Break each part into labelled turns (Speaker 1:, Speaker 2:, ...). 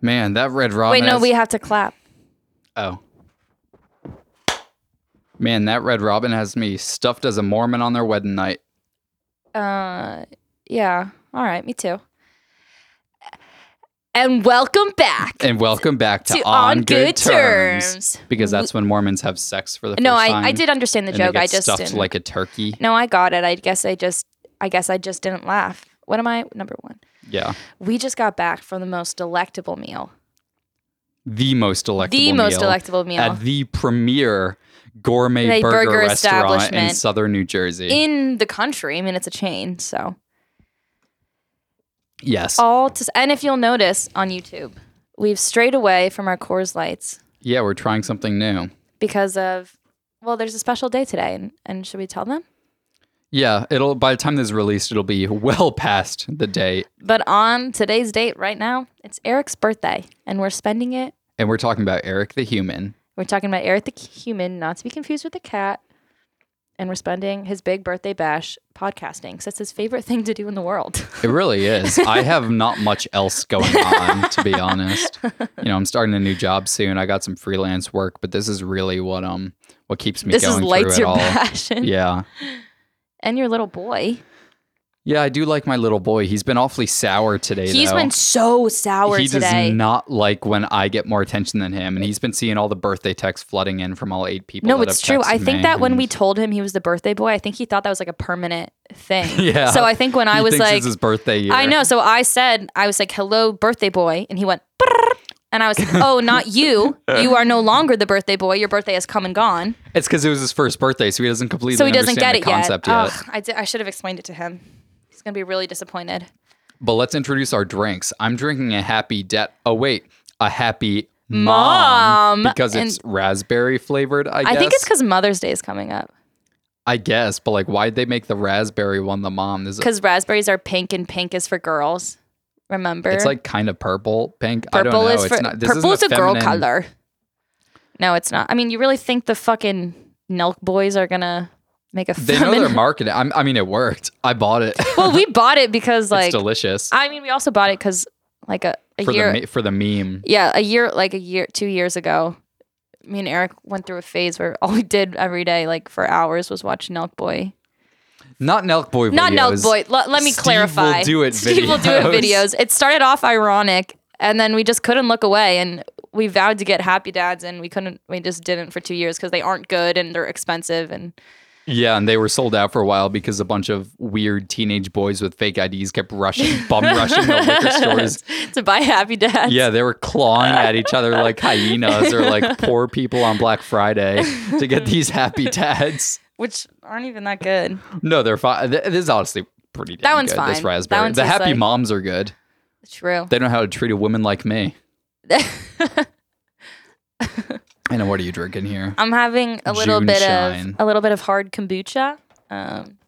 Speaker 1: man, that red ramen.
Speaker 2: Wait, no,
Speaker 1: has-
Speaker 2: we have to clap.
Speaker 1: Oh. Man, that red robin has me stuffed as a Mormon on their wedding night.
Speaker 2: Uh, yeah. All right, me too. And welcome back.
Speaker 1: And welcome back to, On, Good, terms. Because that's when Mormons have sex for the
Speaker 2: No,
Speaker 1: first time.
Speaker 2: I, I did understand the
Speaker 1: and they
Speaker 2: joke.
Speaker 1: get
Speaker 2: I just
Speaker 1: stuffed
Speaker 2: didn't.
Speaker 1: like a turkey.
Speaker 2: no, I got it. I guess I just I guess I just didn't laugh. What am I number one?
Speaker 1: Yeah,
Speaker 2: We just got back from the most delectable meal.
Speaker 1: the most delectable.
Speaker 2: the most
Speaker 1: meal
Speaker 2: delectable meal.
Speaker 1: at the premier gourmet
Speaker 2: The
Speaker 1: burger,
Speaker 2: burger
Speaker 1: restaurant in
Speaker 2: establishment.
Speaker 1: southern New Jersey.
Speaker 2: in the country. I mean, it's a chain, so
Speaker 1: yes.
Speaker 2: all to, and if you'll notice on YouTube, we've strayed away from our Coors Lights
Speaker 1: yeah, we're trying something new.
Speaker 2: because of well, there's a special day today, and, and should we tell them?
Speaker 1: Yeah, it'll by the time this is released, it'll be well past the date,
Speaker 2: But on today's date, right now, it's Eric's birthday, and we're spending it.
Speaker 1: and we're talking about Eric the human.
Speaker 2: We're talking about Eric the human, not to be confused with the cat, and we're spending his big birthday bash podcasting. 'cause that's his favorite thing to do in the world.
Speaker 1: It really is. I have not much else going on, to be honest. You know, I'm starting a new job soon. I got some freelance work, but this is really what um what keeps me
Speaker 2: this
Speaker 1: going
Speaker 2: is
Speaker 1: through
Speaker 2: lights
Speaker 1: it
Speaker 2: your
Speaker 1: all.
Speaker 2: passion
Speaker 1: Yeah.
Speaker 2: and your little boy.
Speaker 1: Yeah, I do like my little boy. He's been awfully sour today.
Speaker 2: He's
Speaker 1: though.
Speaker 2: been so sour
Speaker 1: he
Speaker 2: today.
Speaker 1: does not like when I get more attention than him, and he's been seeing all the birthday texts flooding in from all eight people.
Speaker 2: no,
Speaker 1: that
Speaker 2: it's
Speaker 1: have
Speaker 2: true. I
Speaker 1: texted
Speaker 2: think
Speaker 1: me,
Speaker 2: that when
Speaker 1: and
Speaker 2: we told him he was the birthday boy, I think he thought that was like a permanent thing.
Speaker 1: Yeah.
Speaker 2: So I think when I
Speaker 1: he
Speaker 2: was
Speaker 1: thinks
Speaker 2: like,
Speaker 1: it's his birthday year.
Speaker 2: I know. So I said, I was like, hello, birthday boy. And he went, "Brrr." and I was like, oh, not you. You are no longer the birthday boy. Your birthday has come and gone.
Speaker 1: It's because it was his first birthday, so he doesn't completely
Speaker 2: So he doesn't get
Speaker 1: understand
Speaker 2: it
Speaker 1: the
Speaker 2: yet.
Speaker 1: concept yet.
Speaker 2: Ugh, I, did, I should have explained it to him. He's going to be really disappointed.
Speaker 1: But let's introduce our drinks. I'm drinking a happy debt. Oh wait, a happy mom,
Speaker 2: Mom.
Speaker 1: because it's raspberry flavored. I, guess.
Speaker 2: I think it's because Mother's Day is coming up.
Speaker 1: I guess, but like, why'd they make the raspberry one the mom? This
Speaker 2: Because raspberries are pink and pink is for girls. Remember?
Speaker 1: it's like kind of purple, pink. I
Speaker 2: Purple
Speaker 1: don't know.
Speaker 2: is
Speaker 1: it's
Speaker 2: for
Speaker 1: not, this
Speaker 2: purple is a
Speaker 1: isn't
Speaker 2: girl
Speaker 1: feminine-
Speaker 2: color. No, it's not. I mean, you really think the fucking Nelk boys are gonna make a
Speaker 1: They know
Speaker 2: feminine?
Speaker 1: their marketing. I'm, I mean, it worked. I bought it.
Speaker 2: well, we bought it because like
Speaker 1: it's delicious
Speaker 2: I mean, we also bought it because like a, a
Speaker 1: for
Speaker 2: year,
Speaker 1: the me- for the meme.
Speaker 2: yeah, a year like a year two years ago. Me and Eric went through a phase where all we did every day, like for hours, was watch Nelk Boy.
Speaker 1: Not Nelk Boy.
Speaker 2: Not Nelk
Speaker 1: videos.
Speaker 2: Boy. L- let me
Speaker 1: Steve will
Speaker 2: clarify.
Speaker 1: do it
Speaker 2: Steve will do it
Speaker 1: videos.
Speaker 2: videos. It started off ironic, and then we just couldn't look away, and we vowed to get Happy Dads, and we couldn't. We just didn't for two years because they aren't good and they're expensive, and
Speaker 1: Yeah, and they were sold out for a while because a bunch of weird teenage boys with fake IDs kept rushing, bum rushing the Oh, liquor stores.
Speaker 2: to buy Happy Dads.
Speaker 1: Yeah, they were clawing at each other like hyenas or like poor people on Black Friday to get these happy dads.
Speaker 2: which aren't even that good.
Speaker 1: No, they're fine. This is honestly pretty. Damn
Speaker 2: That one's
Speaker 1: good, This
Speaker 2: fine. That
Speaker 1: raspberry.
Speaker 2: one
Speaker 1: the
Speaker 2: tastes
Speaker 1: happy
Speaker 2: like-
Speaker 1: moms are good.
Speaker 2: True.
Speaker 1: They know how to treat a woman like me. I know. What are you drinking here?
Speaker 2: I'm having a little
Speaker 1: June
Speaker 2: bit
Speaker 1: shine.
Speaker 2: of a little bit of hard kombucha. Um,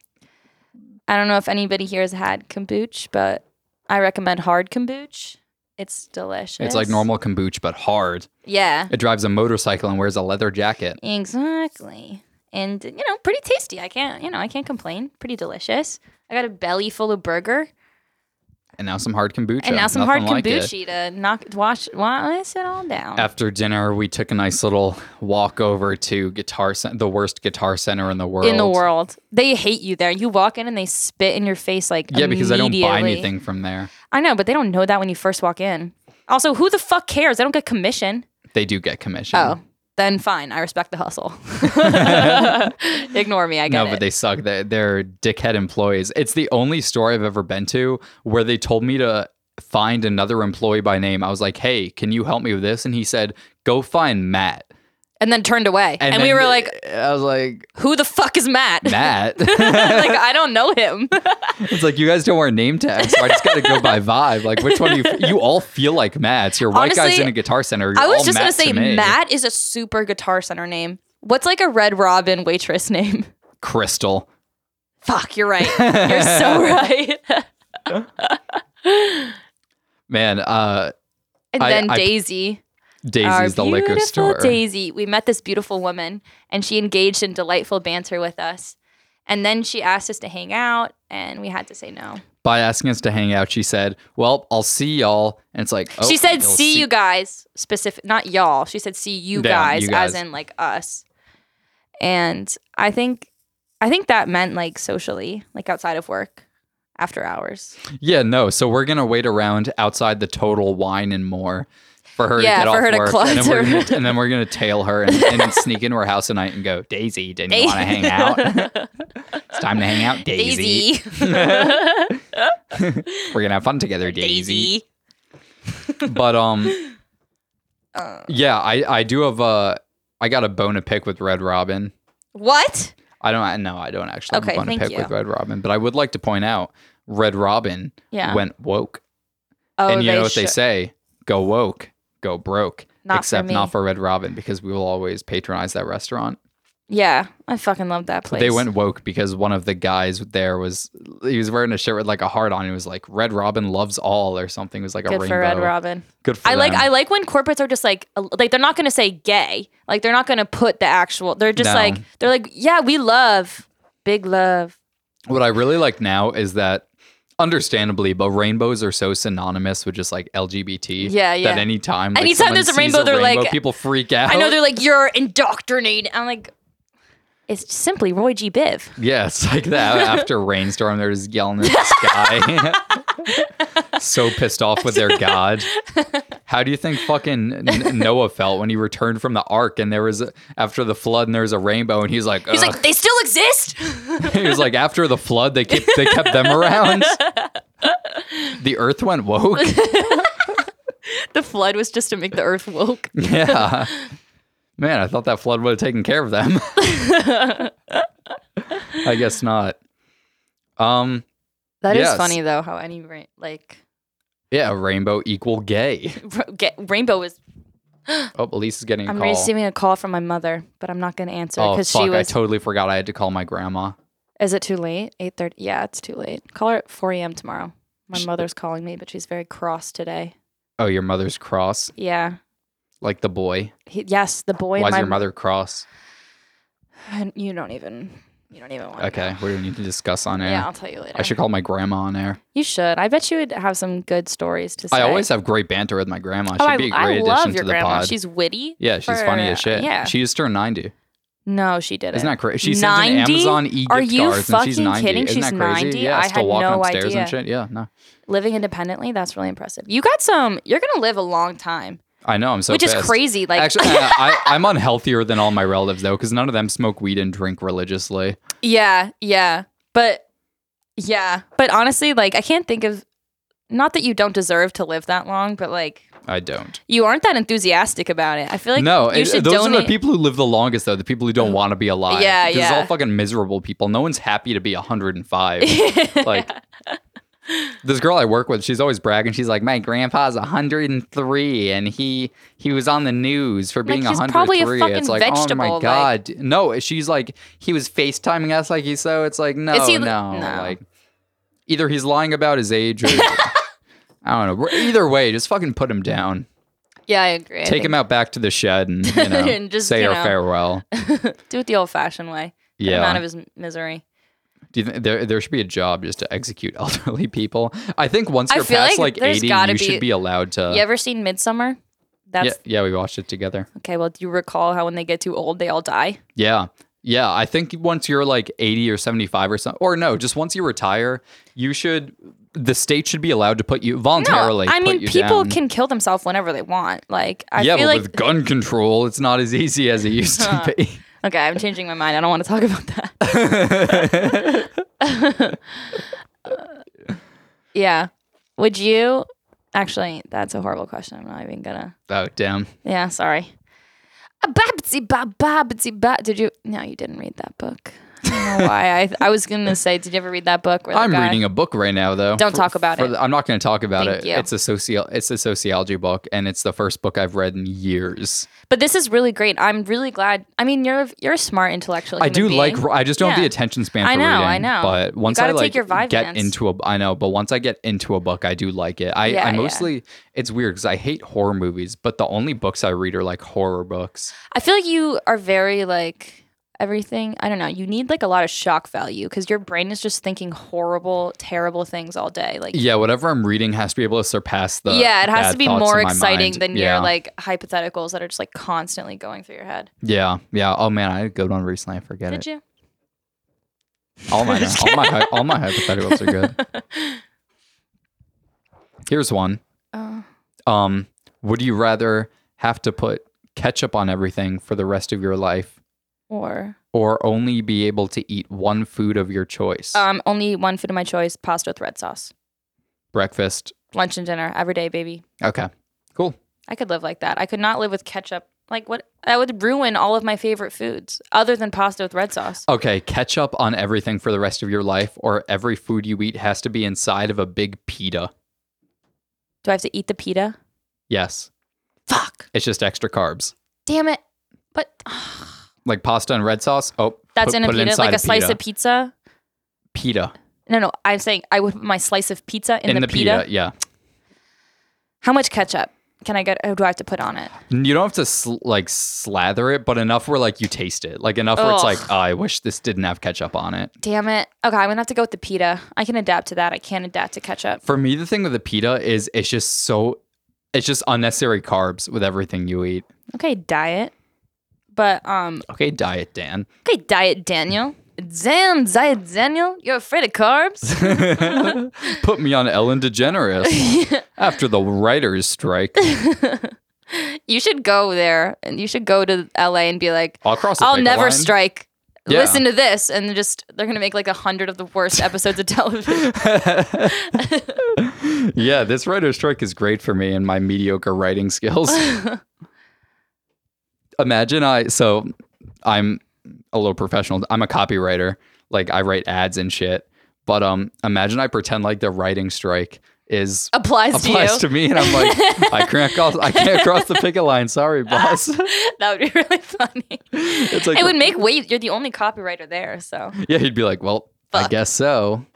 Speaker 2: I don't know if anybody here has had kombucha, but I recommend hard kombucha. It's delicious.
Speaker 1: It's like normal kombucha, but hard.
Speaker 2: Yeah,
Speaker 1: It drives a motorcycle and wears a leather jacket.
Speaker 2: exactly. And you know, pretty tasty. I can't, you know, I can't complain. Pretty delicious. I got a belly full of burger,
Speaker 1: And now some hard kombucha.
Speaker 2: and now some
Speaker 1: Nothing
Speaker 2: hard
Speaker 1: like it.
Speaker 2: kombucha to knock wash wash it all down.
Speaker 1: After dinner, we took a nice little walk over to Guitar Center, the worst guitar center in the world.
Speaker 2: in the world, they hate you there. You walk in and they spit in your face like
Speaker 1: Yeah, because I don't buy
Speaker 2: immediately.
Speaker 1: anything from there.
Speaker 2: I know, but they don't know that when you first walk in. Also, who the fuck cares? I don't get commission.
Speaker 1: They do get commission.
Speaker 2: Oh. then fine. I respect the hustle. Ignore me. I get
Speaker 1: No, but
Speaker 2: it.
Speaker 1: they suck. They're, they're dickhead employees. It's the only store I've ever been to where they told me to find another employee by name. I was like, hey, can you help me with this? And he said, go find Matt.
Speaker 2: and then turned away, and, we
Speaker 1: then
Speaker 2: were like,
Speaker 1: I was like,
Speaker 2: "Who the fuck is Matt?"
Speaker 1: Matt.
Speaker 2: like I don't know him.
Speaker 1: It's like you guys don't wear name tags, so I just got to go by vibe. Like which one do you you all feel like Matt's? You're white guys
Speaker 2: Honestly,
Speaker 1: in a guitar center. You're
Speaker 2: I
Speaker 1: all
Speaker 2: was just
Speaker 1: Matt
Speaker 2: gonna say
Speaker 1: to me.
Speaker 2: Matt is a super guitar center name. What's like a Red Robin waitress name?
Speaker 1: Crystal.
Speaker 2: Fuck, you're right. You're so right.
Speaker 1: Man, uh,
Speaker 2: And
Speaker 1: I-
Speaker 2: then
Speaker 1: I-
Speaker 2: Daisy. our
Speaker 1: Daisy's the liquor
Speaker 2: beautiful
Speaker 1: store.
Speaker 2: Daisy. We met this beautiful woman, and she engaged in delightful banter with us. And then she asked us to hang out, and we had to say no.
Speaker 1: by asking us to hang out, she said, "Well, I'll see y'all." And it's like oh,
Speaker 2: she
Speaker 1: you'll
Speaker 2: said, "See you guys," specific, not y'all. She said, "See you,
Speaker 1: Yeah,
Speaker 2: guys,
Speaker 1: you guys.
Speaker 2: as in like us. And I think, I think that meant like socially, like outside of work, after hours.
Speaker 1: Yeah, no. So we're gonna wait around outside the total wine and more for her to get
Speaker 2: Yeah, for
Speaker 1: off
Speaker 2: her to
Speaker 1: work, and then, we're
Speaker 2: clutter.
Speaker 1: gonna, and then we're gonna tail her and, and then sneak into her house at night and go, Daisy, didn't you want to hang out? it's time to hang out, Daisy.
Speaker 2: Daisy.
Speaker 1: We're gonna have fun together, Daisy. But um,
Speaker 2: Uh,
Speaker 1: yeah, I I do have a I got a bone to pick with Red Robin.
Speaker 2: what?
Speaker 1: I don't no, I don't actually have
Speaker 2: Okay,
Speaker 1: a bone to
Speaker 2: thank
Speaker 1: pick
Speaker 2: you.
Speaker 1: with Red Robin, but I would like to point out Red Robin
Speaker 2: Yeah.
Speaker 1: went woke.
Speaker 2: oh,
Speaker 1: and you know what they
Speaker 2: sho-
Speaker 1: say go woke go broke
Speaker 2: Not for
Speaker 1: except
Speaker 2: me.
Speaker 1: not for red robin because we will always patronize that restaurant
Speaker 2: Yeah, I fucking love that
Speaker 1: but
Speaker 2: place.
Speaker 1: they went woke because one of the guys there was he was wearing a shirt with like a heart on it was like red robin loves all or something it was like a
Speaker 2: good
Speaker 1: rainbow
Speaker 2: for Red Robin.
Speaker 1: good for
Speaker 2: I like
Speaker 1: them.
Speaker 2: I like when corporates are just like uh, like they're not gonna say gay. Like they're not gonna put the actual. They're just
Speaker 1: No.
Speaker 2: like they're like yeah we love big love.
Speaker 1: what i really like now is that understandably but rainbows are so synonymous with just like lgbt
Speaker 2: Yeah, yeah.
Speaker 1: that anytime like,
Speaker 2: Anytime
Speaker 1: someone
Speaker 2: there's a
Speaker 1: sees
Speaker 2: rainbow, they're like-
Speaker 1: people freak out
Speaker 2: I know they're like you're indoctrinated. I'm like it's simply Roy G. Biv.
Speaker 1: Yeah, it's like that after rainstorm, they're just yelling at the sky. so pissed off with their god. How do you think fucking N- Noah felt when he returned from the ark and there was a, after the flood and there was a rainbow and he's like,
Speaker 2: He's
Speaker 1: "Ugh."
Speaker 2: like they still exist.
Speaker 1: he was like after the flood they kept they kept them around. the earth went woke.
Speaker 2: the flood was just to make the earth woke.
Speaker 1: Yeah. Man, I thought that flood would have taken care of them. I guess not. Um
Speaker 2: That is
Speaker 1: Yes.
Speaker 2: funny though. How any rain like
Speaker 1: yeah, rainbow equal gay.
Speaker 2: ra- get, rainbow is.
Speaker 1: Oh, Elise is getting a
Speaker 2: I'm
Speaker 1: call.
Speaker 2: receiving a call from my mother, but I'm not gonna answer
Speaker 1: oh, fuck.
Speaker 2: because she
Speaker 1: I
Speaker 2: was.
Speaker 1: totally forgot I had to call my grandma.
Speaker 2: Is it too late? Eight thirty? Yeah, it's too late. Call her at four a.m. tomorrow. My mother's calling me, but she's very cross today.
Speaker 1: Oh, your mother's cross,
Speaker 2: Yeah.
Speaker 1: like the boy.
Speaker 2: He, yes, the boy.
Speaker 1: Why
Speaker 2: and
Speaker 1: is
Speaker 2: my,
Speaker 1: your mother cross?
Speaker 2: And you don't even. You don't even want.
Speaker 1: Okay, we don't need to discuss on air.
Speaker 2: Oh Yeah, I'll tell you later.
Speaker 1: I should call my grandma on air.
Speaker 2: You should. I bet you would have some good stories to say.
Speaker 1: I always have great banter with my grandma. She'd
Speaker 2: Oh, I,
Speaker 1: be a
Speaker 2: I
Speaker 1: great
Speaker 2: love
Speaker 1: addition
Speaker 2: your
Speaker 1: to the
Speaker 2: grandma.
Speaker 1: pod.
Speaker 2: She's witty.
Speaker 1: yeah, she's
Speaker 2: for-
Speaker 1: funny as shit.
Speaker 2: yeah.
Speaker 1: She just turned 90.
Speaker 2: No, she didn't.
Speaker 1: Isn't that crazy? She sends an
Speaker 2: 90?
Speaker 1: Amazon e
Speaker 2: Are
Speaker 1: gift
Speaker 2: you
Speaker 1: cards and she's
Speaker 2: fucking
Speaker 1: 90.
Speaker 2: kidding?
Speaker 1: Isn't
Speaker 2: She's
Speaker 1: that crazy?
Speaker 2: 90?
Speaker 1: Yeah,
Speaker 2: I
Speaker 1: still
Speaker 2: had
Speaker 1: walking
Speaker 2: no
Speaker 1: upstairs
Speaker 2: idea.
Speaker 1: and shit. Yeah, no.
Speaker 2: Living independently, that's really impressive. You got some. You're gonna live a long time,
Speaker 1: I know. I'm so
Speaker 2: which is
Speaker 1: pissed.
Speaker 2: crazy. Like,
Speaker 1: Actually, uh, I, I'm unhealthier than all my relatives though, because none of them smoke weed and drink religiously.
Speaker 2: Yeah, yeah. But yeah, but honestly, like I can't think of not that you don't deserve to live that long, but like
Speaker 1: I don't.
Speaker 2: you aren't that enthusiastic about it. I feel like
Speaker 1: no,
Speaker 2: you
Speaker 1: it-
Speaker 2: should
Speaker 1: those
Speaker 2: donate. Mm.
Speaker 1: are the people who live the longest, though. The people who don't want to be alive.
Speaker 2: Yeah,
Speaker 1: 'Cause It's
Speaker 2: yeah.
Speaker 1: all fucking miserable people. No one's happy to be 105. like, this girl I work with, she's always bragging. She's like, "My grandpa's 103, and he he was on the news for being
Speaker 2: he's
Speaker 1: 103."
Speaker 2: probably a
Speaker 1: it's
Speaker 2: fucking
Speaker 1: like, oh
Speaker 2: vegetable,
Speaker 1: my
Speaker 2: like-
Speaker 1: god, no. She's like, he was FaceTiming us like he's so. It's like, no,
Speaker 2: Is he-
Speaker 1: no,
Speaker 2: no.
Speaker 1: like either he's lying about his age or. I don't know. Either way, just fucking put him down.
Speaker 2: yeah, I agree. I
Speaker 1: Take
Speaker 2: think
Speaker 1: him out back to the shed and, you know,
Speaker 2: And just,
Speaker 1: say
Speaker 2: you
Speaker 1: our
Speaker 2: know.
Speaker 1: farewell.
Speaker 2: do it the old-fashioned way. Get him
Speaker 1: Yeah.
Speaker 2: out of his m- misery.
Speaker 1: Do you think there there should be a job just to execute elderly people? I think once
Speaker 2: I
Speaker 1: you're
Speaker 2: feel
Speaker 1: past
Speaker 2: like
Speaker 1: like,
Speaker 2: there's
Speaker 1: eighty,
Speaker 2: gotta
Speaker 1: you
Speaker 2: be-
Speaker 1: should be allowed to.
Speaker 2: you ever seen Midsummer? That's
Speaker 1: Uh. yeah, yeah, we watched it together.
Speaker 2: okay. Well, do you recall how when they get too old, they all die?
Speaker 1: Yeah, yeah. I think once you're like eighty or seventy-five or something, or no, just once you retire, you should. The state should be allowed to put you voluntarily.
Speaker 2: I
Speaker 1: put
Speaker 2: mean,
Speaker 1: you
Speaker 2: people
Speaker 1: down.
Speaker 2: can kill themselves whenever they want. Like, I
Speaker 1: yeah,
Speaker 2: feel
Speaker 1: but
Speaker 2: like
Speaker 1: with gun control, it's not as easy as it used to be.
Speaker 2: Okay, I'm changing my mind. I don't want to talk about that. yeah. Would you actually that's a horrible question. I'm not even gonna
Speaker 1: Oh damn!
Speaker 2: Yeah, sorry. A Babsy ba babsy ba did you no you didn't read that book. I don't know why. I I was gonna say, did you ever read that book? Where the
Speaker 1: I'm
Speaker 2: guy-
Speaker 1: reading a book right now, though.
Speaker 2: Oh, Don't talk about it.
Speaker 1: the- I'm not going to talk about
Speaker 2: Thank
Speaker 1: it.
Speaker 2: you.
Speaker 1: It's a socio. It's a sociology book, and it's the first book I've read in years.
Speaker 2: But this is really great. I'm really glad I mean you're you're a smart intellectual.
Speaker 1: I do
Speaker 2: human
Speaker 1: like.
Speaker 2: being.
Speaker 1: I just don't have the
Speaker 2: Yeah.
Speaker 1: attention span.
Speaker 2: I
Speaker 1: for
Speaker 2: know,
Speaker 1: Reading,
Speaker 2: I know.
Speaker 1: But
Speaker 2: You
Speaker 1: once I
Speaker 2: gotta
Speaker 1: like
Speaker 2: take your
Speaker 1: get
Speaker 2: Vyvanse.
Speaker 1: into a, I know. But once I get into a book, I do like it. I,
Speaker 2: Yeah,
Speaker 1: I
Speaker 2: yeah.
Speaker 1: mostly it's weird because I hate horror movies, but the only books I read are like horror books.
Speaker 2: I feel like you are very like everything. I don't know. You need like a lot of shock value because your brain is just thinking horrible, terrible things all day. Like,
Speaker 1: Yeah, whatever I'm reading has to be able to surpass the.
Speaker 2: yeah, it has
Speaker 1: bad
Speaker 2: to be
Speaker 1: thoughts
Speaker 2: more
Speaker 1: in my
Speaker 2: exciting
Speaker 1: mind.
Speaker 2: than
Speaker 1: yeah.
Speaker 2: your like hypotheticals that are just like constantly going through your head.
Speaker 1: Yeah, yeah. Oh man, I had a good one recently. I forget
Speaker 2: Did
Speaker 1: it.
Speaker 2: you?
Speaker 1: All my, all my, hy- all my hypotheticals are good. Here's one.
Speaker 2: Oh.
Speaker 1: Um, would you rather have to put ketchup on everything for the rest of your life,
Speaker 2: or
Speaker 1: or only be able to eat one food of your choice?
Speaker 2: um, only one food of my choice: pasta with red sauce.
Speaker 1: Breakfast.
Speaker 2: Lunch and dinner every day, baby.
Speaker 1: Okay. Cool.
Speaker 2: I could live like that. I could not live with ketchup. Like what? That would ruin all of my favorite foods other than pasta with red sauce.
Speaker 1: Okay, ketchup on everything for the rest of your life, or every food you eat has to be inside of a big pita.
Speaker 2: Do I have to eat the pita?
Speaker 1: Yes,
Speaker 2: Fuck.
Speaker 1: it's just extra carbs.
Speaker 2: Damn it. But
Speaker 1: Like pasta and red sauce. Oh,
Speaker 2: that's
Speaker 1: put,
Speaker 2: in a
Speaker 1: put it
Speaker 2: pita,
Speaker 1: inside
Speaker 2: like a slice
Speaker 1: pita.
Speaker 2: of pizza.
Speaker 1: pita
Speaker 2: No, no. I'm saying I would put my slice of pizza in,
Speaker 1: in
Speaker 2: the, pita.
Speaker 1: Yeah,
Speaker 2: How much ketchup can I get? Or do I have to put on it?
Speaker 1: And you don't have to sl- like slather it, but enough where like you taste it, like enough where it's like oh, I wish this didn't have ketchup on it.
Speaker 2: Damn it. Okay, I'm gonna have to go with the pita. I can adapt to that. I can't adapt to ketchup.
Speaker 1: For me, the thing with the pita is it's just so, it's just unnecessary carbs with everything you eat.
Speaker 2: Okay, diet. But um,
Speaker 1: Okay, diet Dan.
Speaker 2: okay, diet Daniel. Damn, diet Daniel. You're afraid of carbs.
Speaker 1: Put me on Ellen DeGeneres after the writers' strike.
Speaker 2: you should go there, and you should go to LA and be like,
Speaker 1: I'll cross. the
Speaker 2: I'll
Speaker 1: picket
Speaker 2: never
Speaker 1: line.
Speaker 2: strike.
Speaker 1: Yeah.
Speaker 2: Listen to this, and they're just they're gonna make like a hundred of the worst episodes of television.
Speaker 1: yeah, this writer's strike is great for me and my mediocre writing skills. Imagine I so I'm a little professional. I'm a copywriter. Like I write ads and shit. But um imagine I pretend like the writing strike is
Speaker 2: applies,
Speaker 1: applies
Speaker 2: to
Speaker 1: to me and I'm like, I can't cross I can't cross the picket line. Sorry, boss.
Speaker 2: you. that would be really funny.
Speaker 1: It's like
Speaker 2: it would make way. You're the only copywriter there, so
Speaker 1: Yeah, he'd be like, Well, I
Speaker 2: Fuck.
Speaker 1: guess so.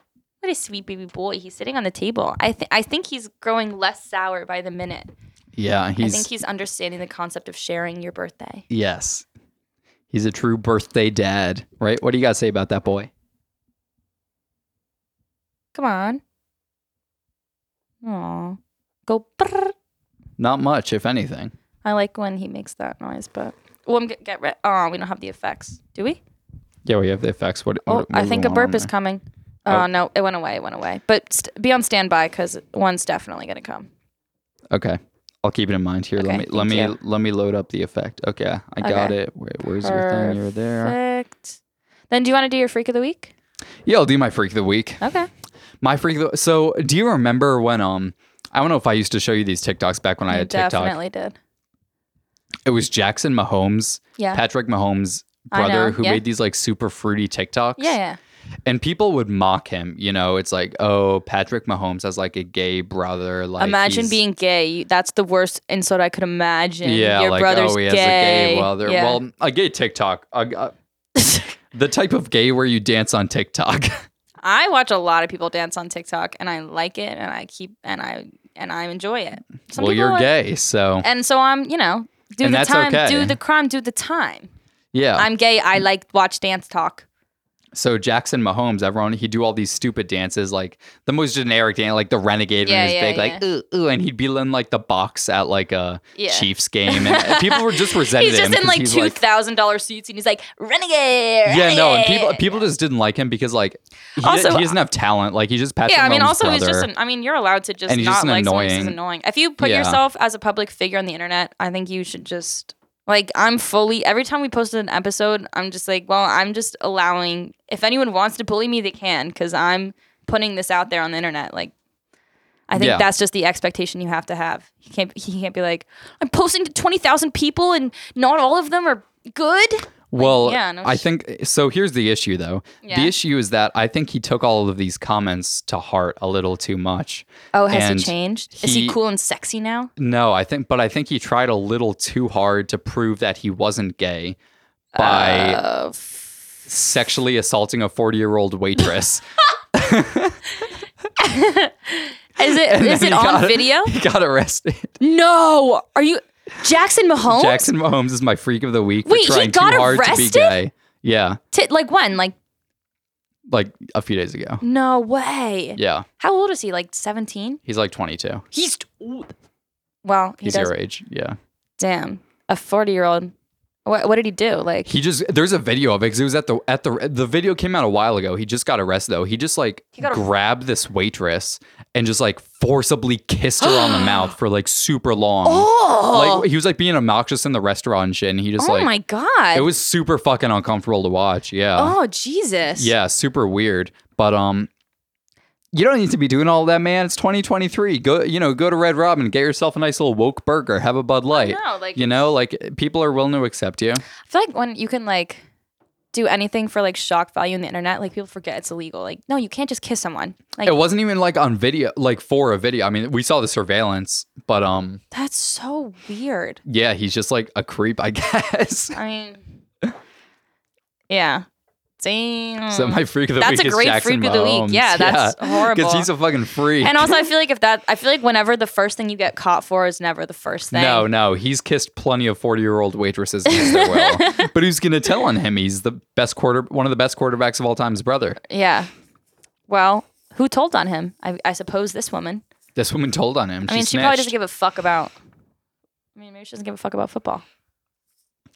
Speaker 2: what a sweet baby boy. He's sitting on the table. I think I think he's growing less sour by the minute.
Speaker 1: Yeah, he's
Speaker 2: I think he's understanding the concept of sharing your birthday.
Speaker 1: Yes. He's a true birthday dad, right? What do you got to say about that boy?
Speaker 2: Come on. Aw. Go. brrr.
Speaker 1: Not much, if anything.
Speaker 2: I like when he makes that noise, but well, I'm get, get re- oh, we don't have the effects, do we?
Speaker 1: Yeah, we have the effects. What?
Speaker 2: Oh,
Speaker 1: what- what
Speaker 2: I
Speaker 1: do
Speaker 2: think
Speaker 1: we
Speaker 2: a
Speaker 1: want on
Speaker 2: burp is
Speaker 1: there?
Speaker 2: coming.
Speaker 1: Oh.
Speaker 2: Oh. no, it went away. It went away. But st- be on standby because one's definitely gonna come.
Speaker 1: okay. I'll keep it in mind here.
Speaker 2: Okay,
Speaker 1: let me let
Speaker 2: thank
Speaker 1: me
Speaker 2: you.
Speaker 1: let me load up the effect. Okay, I got
Speaker 2: Okay.
Speaker 1: it. Where, where's your thing? You're there.
Speaker 2: Perfect. Then do you want to do your freak of the week?
Speaker 1: Yeah, I'll do my freak of the week.
Speaker 2: Okay.
Speaker 1: My freak. Of the, so, do you remember when um? I don't know if I used to show you these TikToks back when I
Speaker 2: You
Speaker 1: had TikTok.
Speaker 2: definitely did.
Speaker 1: It was Jackson Mahomes,
Speaker 2: Yeah.
Speaker 1: Patrick Mahomes'
Speaker 2: I know,
Speaker 1: brother, who
Speaker 2: yeah.
Speaker 1: made these like super fruity TikToks.
Speaker 2: yeah, yeah.
Speaker 1: and people would mock him. You know, it's like, oh, Patrick Mahomes has like a gay brother. Like,
Speaker 2: imagine
Speaker 1: he's-
Speaker 2: being gay. You- That's the worst insult I could imagine.
Speaker 1: yeah,
Speaker 2: your
Speaker 1: like
Speaker 2: brother's
Speaker 1: oh, he has
Speaker 2: gay.
Speaker 1: a gay brother.
Speaker 2: Yeah.
Speaker 1: Well, a gay TikTok, a, a- the type of gay where you dance on TikTok.
Speaker 2: I watch a lot of people dance on TikTok, and I like it, and I keep and I and I enjoy it. Some
Speaker 1: well,
Speaker 2: people
Speaker 1: you're
Speaker 2: are-
Speaker 1: gay, so
Speaker 2: and so I'm. You know, do
Speaker 1: And
Speaker 2: the
Speaker 1: that's
Speaker 2: time,
Speaker 1: okay. Oh.
Speaker 2: do the crime, do the time.
Speaker 1: yeah.
Speaker 2: I'm gay. I like watch dance talk.
Speaker 1: so Jackson Mahomes, everyone, he'd do all these stupid dances, like the most generic dance, like the renegade
Speaker 2: Yeah,
Speaker 1: when he's
Speaker 2: yeah,
Speaker 1: big, like ooh ooh, and he'd be in like the box at like a
Speaker 2: Yeah.
Speaker 1: Chiefs game, and people were just resenting
Speaker 2: He's just
Speaker 1: him
Speaker 2: in
Speaker 1: 'cause
Speaker 2: like
Speaker 1: he's
Speaker 2: two thousand dollar suits, and he's like renegade.
Speaker 1: Yeah, no, and people
Speaker 2: renegade."
Speaker 1: people just didn't like him because like he,
Speaker 2: Also-
Speaker 1: he doesn't have talent. Like he's just Patrick
Speaker 2: Yeah, I mean,
Speaker 1: Mahomes'
Speaker 2: also
Speaker 1: brother.
Speaker 2: he's just. An, I mean, you're allowed to just
Speaker 1: And he's
Speaker 2: not
Speaker 1: just an
Speaker 2: like someone who's
Speaker 1: annoying-
Speaker 2: annoying. If you put
Speaker 1: Yeah.
Speaker 2: yourself as a public figure on the internet, I think you should just like I'm fully. Every time we posted an episode, I'm just like, well, I'm just allowing. If anyone wants to bully me, they can because I'm putting this out there on the internet. Like, I think
Speaker 1: Yeah.
Speaker 2: that's just the expectation you have to have. He can't. He can't be like, I'm posting to twenty thousand people, and not all of them are good.
Speaker 1: well,
Speaker 2: yeah, no
Speaker 1: I
Speaker 2: sh-
Speaker 1: think so. Here's the issue, though.
Speaker 2: Yeah.
Speaker 1: The issue is that I think he took all of these comments to heart a little too much.
Speaker 2: Oh, has
Speaker 1: And
Speaker 2: he changed? Is
Speaker 1: he-
Speaker 2: he cool and sexy now?
Speaker 1: No, I think, but I think he tried a little too hard to prove that he wasn't gay by
Speaker 2: Uh, f-
Speaker 1: sexually assaulting a 40 year old waitress.
Speaker 2: is it is
Speaker 1: He
Speaker 2: it on
Speaker 1: got-
Speaker 2: video?
Speaker 1: He got arrested.
Speaker 2: No, are you Jackson Mahomes?
Speaker 1: Jackson Mahomes is my freak of the week for
Speaker 2: Oh. Wait, he
Speaker 1: trying
Speaker 2: got
Speaker 1: too hard to be
Speaker 2: arrested?
Speaker 1: gay. Yeah,
Speaker 2: Ti- like when? Like
Speaker 1: like a few days ago.
Speaker 2: no way.
Speaker 1: Yeah,
Speaker 2: How old is he? Like 17?
Speaker 1: he's like 22.
Speaker 2: He's well, he
Speaker 1: He's
Speaker 2: does.
Speaker 1: your age. Yeah.
Speaker 2: Damn, a 40 year old. What, what did he do? Like
Speaker 1: He just there's a video of it because it was at the at the the video came out a while ago. He just got arrested though. He just like
Speaker 2: got ar-
Speaker 1: grabbed this waitress and just like forcibly kissed her on the mouth for like super long.
Speaker 2: oh,
Speaker 1: Like he was like being obnoxious in the restaurant and shit. And he just
Speaker 2: oh
Speaker 1: like
Speaker 2: my god.
Speaker 1: it was super fucking uncomfortable to watch. Yeah.
Speaker 2: oh Jesus.
Speaker 1: Yeah, super weird. But um you don't need to be doing all that, man. It's 2023. Go, you know, go to Red Robin, get yourself a nice little woke burger, have a Bud Light.
Speaker 2: No, like
Speaker 1: You know, like eh, people are willing to accept you.
Speaker 2: I feel like when you can like do anything for like shock value in the internet, like people forget it's illegal. Like no, you can't just kiss someone. Like
Speaker 1: It wasn't even like on video, like for a video. I mean, we saw the surveillance, but um,
Speaker 2: that's so weird.
Speaker 1: yeah, he's just like a creep, I guess.
Speaker 2: I mean, yeah. Damn.
Speaker 1: so my freak of the
Speaker 2: Hmm. that's
Speaker 1: week
Speaker 2: a
Speaker 1: is
Speaker 2: great
Speaker 1: Jackson
Speaker 2: freak of the week.
Speaker 1: Mahomes.
Speaker 2: Yeah, that's horrible.
Speaker 1: Because he's a fucking freak.
Speaker 2: and also, I feel like if that, I feel like whenever the first thing you get caught for is never the first thing.
Speaker 1: no, no, he's kissed plenty of forty-year-old waitresses against their will. But who's gonna tell on him? He's the best quarter, one of the best quarterbacks of all time's brother.
Speaker 2: Yeah. Well, who told on him? I, I suppose this woman.
Speaker 1: This woman told on him.
Speaker 2: I mean, she
Speaker 1: snitched.
Speaker 2: probably doesn't give a fuck about. I mean, maybe she doesn't give a fuck about football.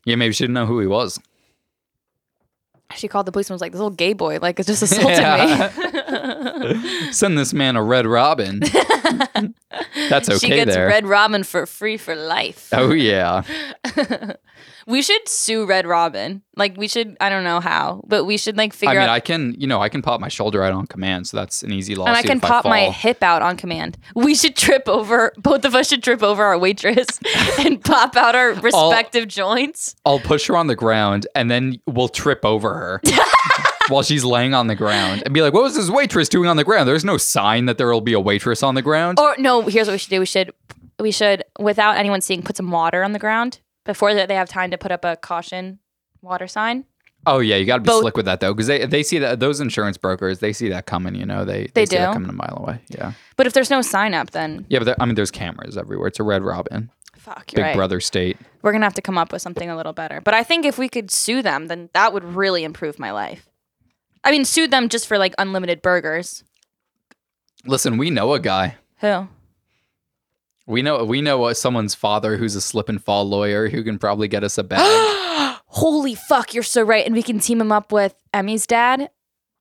Speaker 1: yeah, maybe she didn't know who he was.
Speaker 2: She called the police and was like, "This little gay boy, like, just assaulted
Speaker 1: Yeah.
Speaker 2: me."
Speaker 1: Send this man a Red Robin. that's okay
Speaker 2: she gets
Speaker 1: there.
Speaker 2: Red Robin for free for life.
Speaker 1: oh yeah.
Speaker 2: We should sue Red Robin. Like, we should. I don't know how, but we should like
Speaker 1: I
Speaker 2: figure
Speaker 1: mean,
Speaker 2: out.
Speaker 1: I can, you know, I can pop my shoulder out on command, so that's an easy lawsuit.
Speaker 2: and I can
Speaker 1: if
Speaker 2: pop my
Speaker 1: fall.
Speaker 2: hip out on command. We should trip over. Both of us should trip over our waitress and pop out our respective joints.
Speaker 1: I'll push her on the ground, and then we'll trip over her while she's laying on the ground, and be like, "What was this waitress doing on the ground? There's no sign that there will be a waitress on the ground."
Speaker 2: Or no, here's what we should do. We should we should without anyone seeing put some water on the ground before that they have time to put up a caution water sign.
Speaker 1: Oh yeah, you got to be
Speaker 2: Both-
Speaker 1: slick with that though, because they they see that those insurance brokers they see that coming. You know, they
Speaker 2: They
Speaker 1: see that
Speaker 2: do?
Speaker 1: coming a mile away. Yeah,
Speaker 2: But if there's no sign up, then
Speaker 1: yeah, but there- I mean, there's cameras everywhere. It's a Red Robin,
Speaker 2: fuck, you're
Speaker 1: Big
Speaker 2: right.
Speaker 1: Brother state.
Speaker 2: We're gonna have to come up with something a little better. But I think if we could sue them, then that would really improve my life. I mean, sue them just for like unlimited burgers.
Speaker 1: Listen, we know a guy.
Speaker 2: Who?
Speaker 1: We know we know uh, someone's father who's a slip and fall lawyer who can probably get us a bag.
Speaker 2: Holy fuck, you're so right. And we can team him up with Emmy's dad,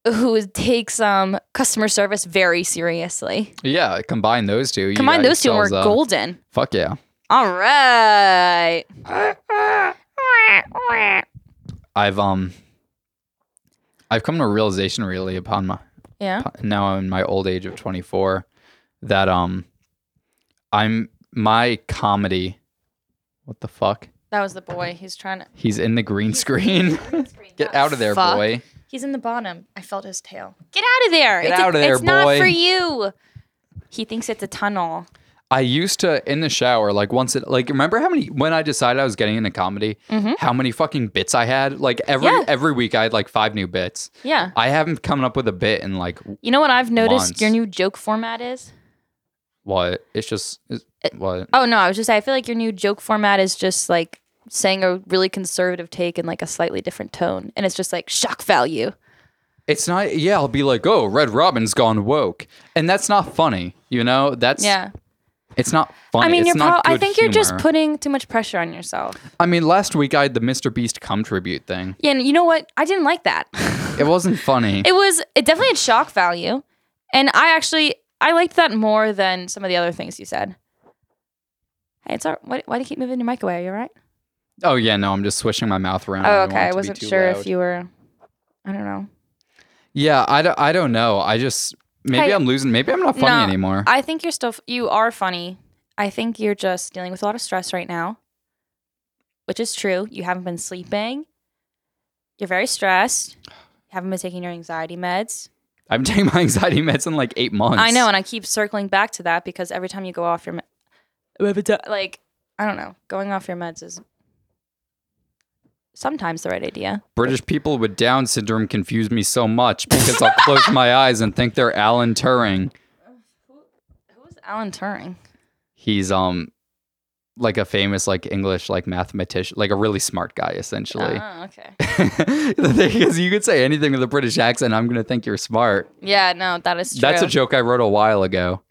Speaker 2: who takes um customer service very seriously.
Speaker 1: Yeah, combine those two. you
Speaker 2: Combine
Speaker 1: got
Speaker 2: those two and
Speaker 1: yourselves
Speaker 2: we're
Speaker 1: a-
Speaker 2: golden.
Speaker 1: Fuck yeah.
Speaker 2: All right.
Speaker 1: I've um I've come to a realization really upon my
Speaker 2: Yeah.
Speaker 1: now in my old age of 24 that um I'm my comedy what the fuck?
Speaker 2: That was the boy. He's trying to
Speaker 1: He's in the green screen. Get out of there,
Speaker 2: Fuck.
Speaker 1: boy.
Speaker 2: He's in the bottom. I felt his tail. Get out of there.
Speaker 1: Get
Speaker 2: it's
Speaker 1: out of there,
Speaker 2: it's not
Speaker 1: boy.
Speaker 2: for you. He thinks it's a tunnel.
Speaker 1: I used to in the shower, like once it like remember how many when I decided I was getting into comedy, how many fucking bits I had? Like every
Speaker 2: Mm-hmm. Yeah.
Speaker 1: every week I had like five new bits.
Speaker 2: Yeah.
Speaker 1: I haven't come up with a bit in like
Speaker 2: You know what I've noticed
Speaker 1: Once.
Speaker 2: your new joke format is?
Speaker 1: what? It's just it's, what?
Speaker 2: Oh no, I was just I feel like your new joke format is just like saying a really conservative take in like a slightly different tone. And it's just like shock value.
Speaker 1: It's not. Yeah, I'll be like, oh, Red Robin's gone woke, and that's not funny. You know, that's
Speaker 2: Yeah.
Speaker 1: It's not funny.
Speaker 2: I mean,
Speaker 1: It's
Speaker 2: you're
Speaker 1: not
Speaker 2: pro- I
Speaker 1: good
Speaker 2: think you're just
Speaker 1: humor.
Speaker 2: putting too much pressure on yourself.
Speaker 1: I mean, last week I had the Mr. Beast cum tribute thing.
Speaker 2: Yeah, and you know what? I didn't like that.
Speaker 1: It wasn't funny.
Speaker 2: it was it definitely had shock value and i actually i liked that more than some of the other things you said hey it's all why, why do you keep moving your mic away are you all right
Speaker 1: oh yeah, no, I'm just swishing my mouth around.
Speaker 2: oh
Speaker 1: I don't want
Speaker 2: okay
Speaker 1: it
Speaker 2: i
Speaker 1: to be
Speaker 2: wasn't
Speaker 1: too
Speaker 2: sure if
Speaker 1: loud.
Speaker 2: you were i don't know
Speaker 1: Yeah, I don't. I don't know. I just maybe
Speaker 2: Hey.
Speaker 1: I'm losing. Maybe I'm not funny
Speaker 2: No,
Speaker 1: anymore.
Speaker 2: i think you're still f- you are funny i think you're just dealing with a lot of stress right now which is true you haven't been sleeping you're very stressed you haven't been taking your anxiety meds
Speaker 1: i have been taking my anxiety meds in like eight months.
Speaker 2: I know, and I keep circling back to that because every time you go off your, me- every ti- like I don't know, going off your meds is sometimes the right idea.
Speaker 1: British people with Down syndrome confuse me so much because I'll close my eyes and think they're Alan Turing.
Speaker 2: Who's Alan Turing?
Speaker 1: He's um like a famous like English like mathematician, like a really smart guy essentially.
Speaker 2: Oh, okay.
Speaker 1: the thing is, you could say anything with a British accent, I'm gonna think you're smart.
Speaker 2: Yeah, no, that is true.
Speaker 1: That's a joke I wrote a while ago.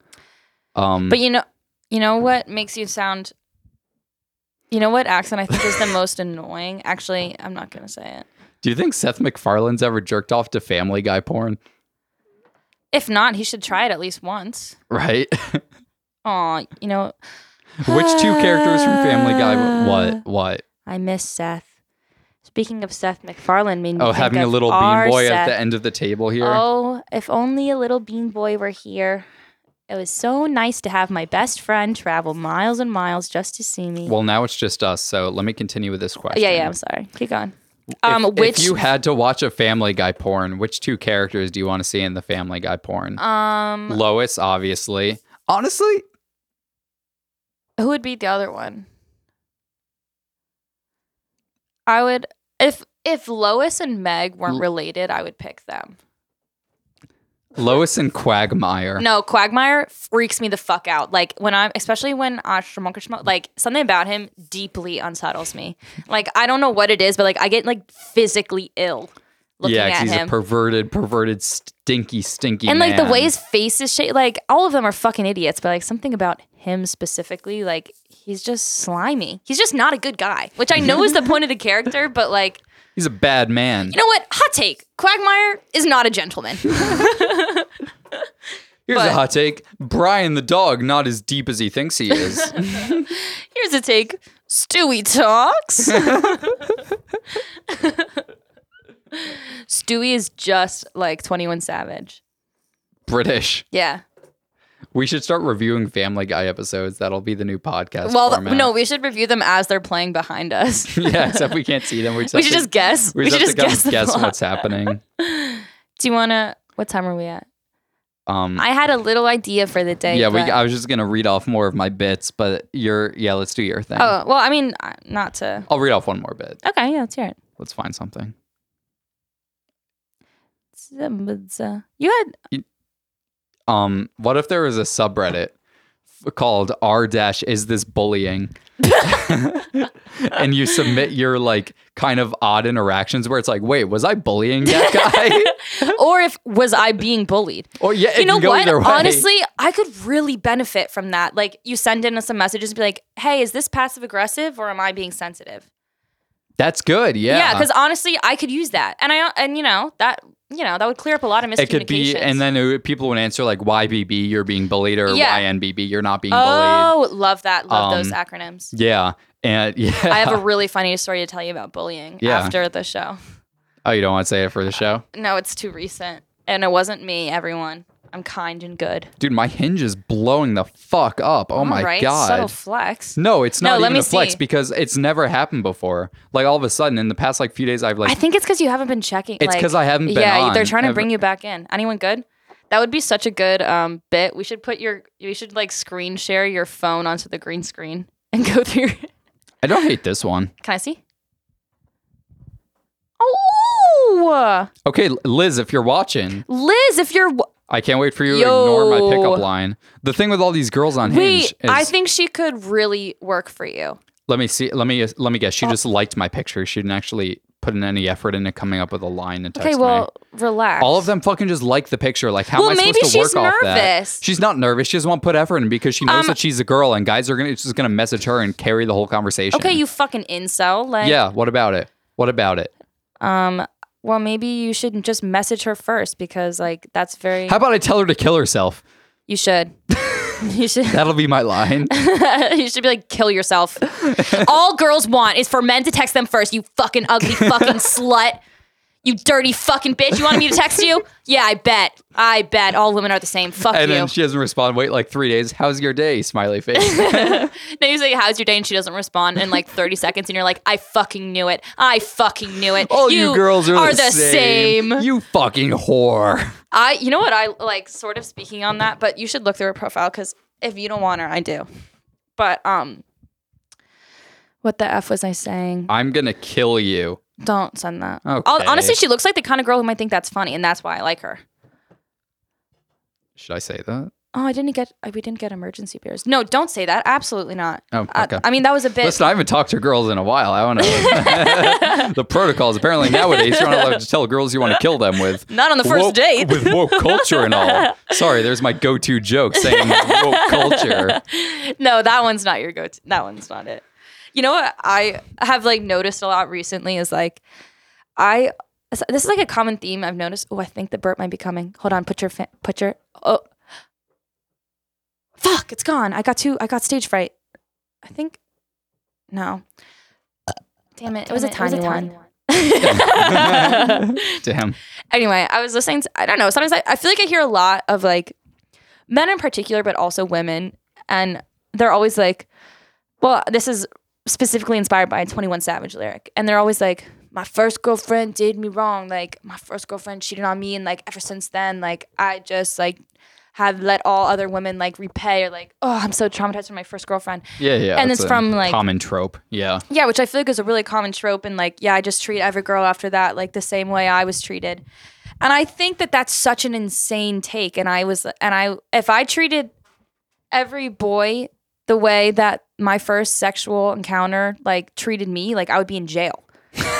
Speaker 1: Um,
Speaker 2: But you know, you know what makes you sound. You know what accent I think is the most annoying? Actually, I'm not gonna say it.
Speaker 1: do you think Seth MacFarlane's ever jerked off to Family Guy porn?
Speaker 2: If not, he should try it at least once.
Speaker 1: Right?
Speaker 2: Aw, you know,
Speaker 1: Which two characters from Family Guy?
Speaker 2: Uh,
Speaker 1: What? What?
Speaker 2: I miss Seth. Speaking of Seth MacFarlane, made me
Speaker 1: Oh,
Speaker 2: think
Speaker 1: having a
Speaker 2: of
Speaker 1: little
Speaker 2: our
Speaker 1: bean boy
Speaker 2: Seth.
Speaker 1: at the end of the table here.
Speaker 2: Oh, if only a little bean boy were here. It was so nice to have my best friend travel miles and miles just to see me.
Speaker 1: Well, now it's just us, so let me continue with this question.
Speaker 2: yeah, yeah, I'm sorry. Keep going.
Speaker 1: If-
Speaker 2: Um,
Speaker 1: if,
Speaker 2: which
Speaker 1: you had to watch a Family Guy porn, which two characters do you want to see in the Family Guy porn?
Speaker 2: um
Speaker 1: Lois, obviously. Honestly,
Speaker 2: Who would be the other one? I would if if Lois and Meg
Speaker 1: L-
Speaker 2: weren't related, I would pick them.
Speaker 1: Lois and Quagmire.
Speaker 2: No, Quagmire freaks me the fuck out. Like when I'm especially when Ashtramunkerschmunk, like something about him deeply unsettles me. Like I don't know what it is, but like I get like physically ill looking
Speaker 1: yeah, 'cause
Speaker 2: at
Speaker 1: he's
Speaker 2: him.
Speaker 1: a perverted, perverted, stinky, stinky.
Speaker 2: and like the
Speaker 1: man.
Speaker 2: way his face is shaped, like all of them are fucking idiots, but like something about him specifically, like he's just slimy. He's just not a good guy, which I know is the point of the character, but like
Speaker 1: he's a bad man.
Speaker 2: You know what? Hot take. Quagmire is not a gentleman.
Speaker 1: Here's a
Speaker 2: but-
Speaker 1: hot take: Brian the dog, not as deep as he thinks he is.
Speaker 2: Here's a take. Stewie talks. Stewie is just like 21 Savage.
Speaker 1: British.
Speaker 2: Yeah.
Speaker 1: We should start reviewing Family Guy episodes. That'll be the new podcast.
Speaker 2: Well, th-
Speaker 1: format.
Speaker 2: no, we should review them as they're playing behind us.
Speaker 1: yeah, except we can't see them. We, just
Speaker 2: we
Speaker 1: have
Speaker 2: should
Speaker 1: to-
Speaker 2: just guess.
Speaker 1: we
Speaker 2: We should
Speaker 1: have
Speaker 2: just
Speaker 1: to guess,
Speaker 2: guess. the
Speaker 1: guess
Speaker 2: plot.
Speaker 1: what's happening.
Speaker 2: Do you want to? What time are we at?
Speaker 1: Um,
Speaker 2: I had a little idea for the day.
Speaker 1: yeah, we,
Speaker 2: but-
Speaker 1: I was just gonna read off more of my bits, but you're yeah. Let's do your thing.
Speaker 2: Oh, well, I mean, uh, not to.
Speaker 1: I'll read off one more bit.
Speaker 2: Okay, yeah, let's hear it.
Speaker 1: Let's find something.
Speaker 2: You had
Speaker 1: Um, what if there was a subreddit f- called r dash is this bullying? and you submit your like kind of odd interactions where it's like, wait, was I bullying that guy?
Speaker 2: or if was I being bullied?
Speaker 1: or yeah, it
Speaker 2: You know
Speaker 1: can go
Speaker 2: what?
Speaker 1: either way.
Speaker 2: Honestly, I could really benefit from that. Like you send in some messages and be like, "Hey, is this passive aggressive or am I being sensitive?"
Speaker 1: that's good. Yeah,
Speaker 2: Yeah, because honestly, I could use that, and I and you know that you know that would clear up a lot of miscommunications.
Speaker 1: it could be, and then it would- people would answer like YBB, you're being bullied, or
Speaker 2: Yeah.
Speaker 1: YNBB, you're not being bullied.
Speaker 2: oh, love that, love those
Speaker 1: Um,
Speaker 2: acronyms.
Speaker 1: Yeah, and yeah,
Speaker 2: I have a really funny story to tell you about bullying
Speaker 1: Yeah.
Speaker 2: after the show.
Speaker 1: oh, you don't want to say it
Speaker 2: Uh,
Speaker 1: for the show,
Speaker 2: No, it's too recent, and it wasn't me. Everyone, I'm kind and good.
Speaker 1: dude. My hinge is blowing the fuck up. Oh
Speaker 2: All
Speaker 1: my
Speaker 2: right,
Speaker 1: god,
Speaker 2: subtle flex.
Speaker 1: No, it's
Speaker 2: No,
Speaker 1: not
Speaker 2: let
Speaker 1: even
Speaker 2: me
Speaker 1: a flex
Speaker 2: see.
Speaker 1: because it's never happened before. Like all of a sudden, in the past like few days, I've like
Speaker 2: I think it's because you haven't been checking.
Speaker 1: It's
Speaker 2: like-
Speaker 1: 'cause I haven't been
Speaker 2: Yeah, they're
Speaker 1: on
Speaker 2: trying to
Speaker 1: ever.
Speaker 2: bring you back in. Anyone good? That would be such a good um, bit. We should put your. We should like screen share your phone onto the green screen and go through. your-
Speaker 1: I don't hate this one.
Speaker 2: Can I see? Oh,
Speaker 1: Okay, L- Liz, if you're watching,
Speaker 2: Liz, if you're w-
Speaker 1: I can't wait for you to ignore my
Speaker 2: Yo.
Speaker 1: pickup line. The thing with all these girls on Hinge
Speaker 2: wait,
Speaker 1: is
Speaker 2: I think she could really work for you.
Speaker 1: let me see, let me let me guess. She
Speaker 2: Oh.
Speaker 1: just liked my picture. She didn't actually put in any effort into coming up with a line and text
Speaker 2: Okay, well, relax.
Speaker 1: me. All of them fucking just like the picture. Like, how
Speaker 2: Well,
Speaker 1: am I
Speaker 2: maybe
Speaker 1: supposed to work
Speaker 2: she's
Speaker 1: off that?
Speaker 2: nervous.
Speaker 1: She's not nervous. She just won't put effort in because she knows
Speaker 2: Um,
Speaker 1: that she's a girl and guys are gonna it's just gonna message her and carry the whole conversation.
Speaker 2: Okay, you fucking incel. Like,
Speaker 1: Yeah, what about it? What about it?
Speaker 2: Um. Well, maybe you should just message her first because, like, that's very.
Speaker 1: How about I tell her to kill herself?
Speaker 2: you should. you should.
Speaker 1: That'll be my line.
Speaker 2: you should be like, kill yourself. All girls want is for men to text them first. You fucking ugly fucking slut. You dirty fucking bitch. You wanted me to text you? Yeah, I bet. I bet all women are the same. Fuck
Speaker 1: And
Speaker 2: you.
Speaker 1: then she doesn't respond. Wait like three days. How's your day? Smiley face.
Speaker 2: then you say, "How's your day?" and she doesn't respond in like 30 seconds, and you're like, "I fucking knew it. I fucking knew it.
Speaker 1: All you, girls are,
Speaker 2: the, same.
Speaker 1: You fucking whore.
Speaker 2: I. You know what? I like sort of speaking on that, but you should look through her profile because if you don't want her, I do. But um, what the f was I saying?
Speaker 1: I'm gonna kill you.
Speaker 2: Don't send that.
Speaker 1: Okay.
Speaker 2: Hon- Honestly, she looks like the kind of girl who might think that's funny, and that's why I like her.
Speaker 1: Should I say that?
Speaker 2: Oh, I didn't get. I- We didn't get emergency beers. No, don't say that. Absolutely not.
Speaker 1: Oh,
Speaker 2: Uh,
Speaker 1: okay.
Speaker 2: I mean, that was a bit.
Speaker 1: Listen, I haven't talked to girls in a while. I want to. the protocols apparently nowadays you're not allowed to tell girls you want to kill them with.
Speaker 2: not on the first
Speaker 1: woke-
Speaker 2: date.
Speaker 1: with woke culture and all. Sorry, there's my go-to joke saying woke culture.
Speaker 2: no, that one's not your go-to. That one's not it. You know what I have like noticed a lot recently is like I this is like a common theme I've noticed. Oh, I think the bird might be coming. Hold on, put your fa- put your oh fuck, it's gone. I got two. I got stage fright. I think no. Damn it! It was a tiny one.
Speaker 1: Damn.
Speaker 2: anyway, I was listening to, I don't know, sometimes I, I feel like I hear a lot of like men in particular, but also women. And they're always like, well, this is specifically inspired by a 21 Savage lyric. And they're always like, my first girlfriend did me wrong. Like, my first girlfriend cheated on me. And like, ever since then, like, I just like have let all other women like repay or like, oh, I'm so traumatized from my first girlfriend.
Speaker 1: Yeah, yeah.
Speaker 2: And it's
Speaker 1: a
Speaker 2: from, like-
Speaker 1: common trope. Yeah.
Speaker 2: Yeah, which I feel like is a really common trope. And like, yeah, I just treat every girl after that like the same way I was treated. And I think that that's such an insane take. And I was, and I, if I treated every boy the way that my first sexual encounter like treated me, like I would be in jail. like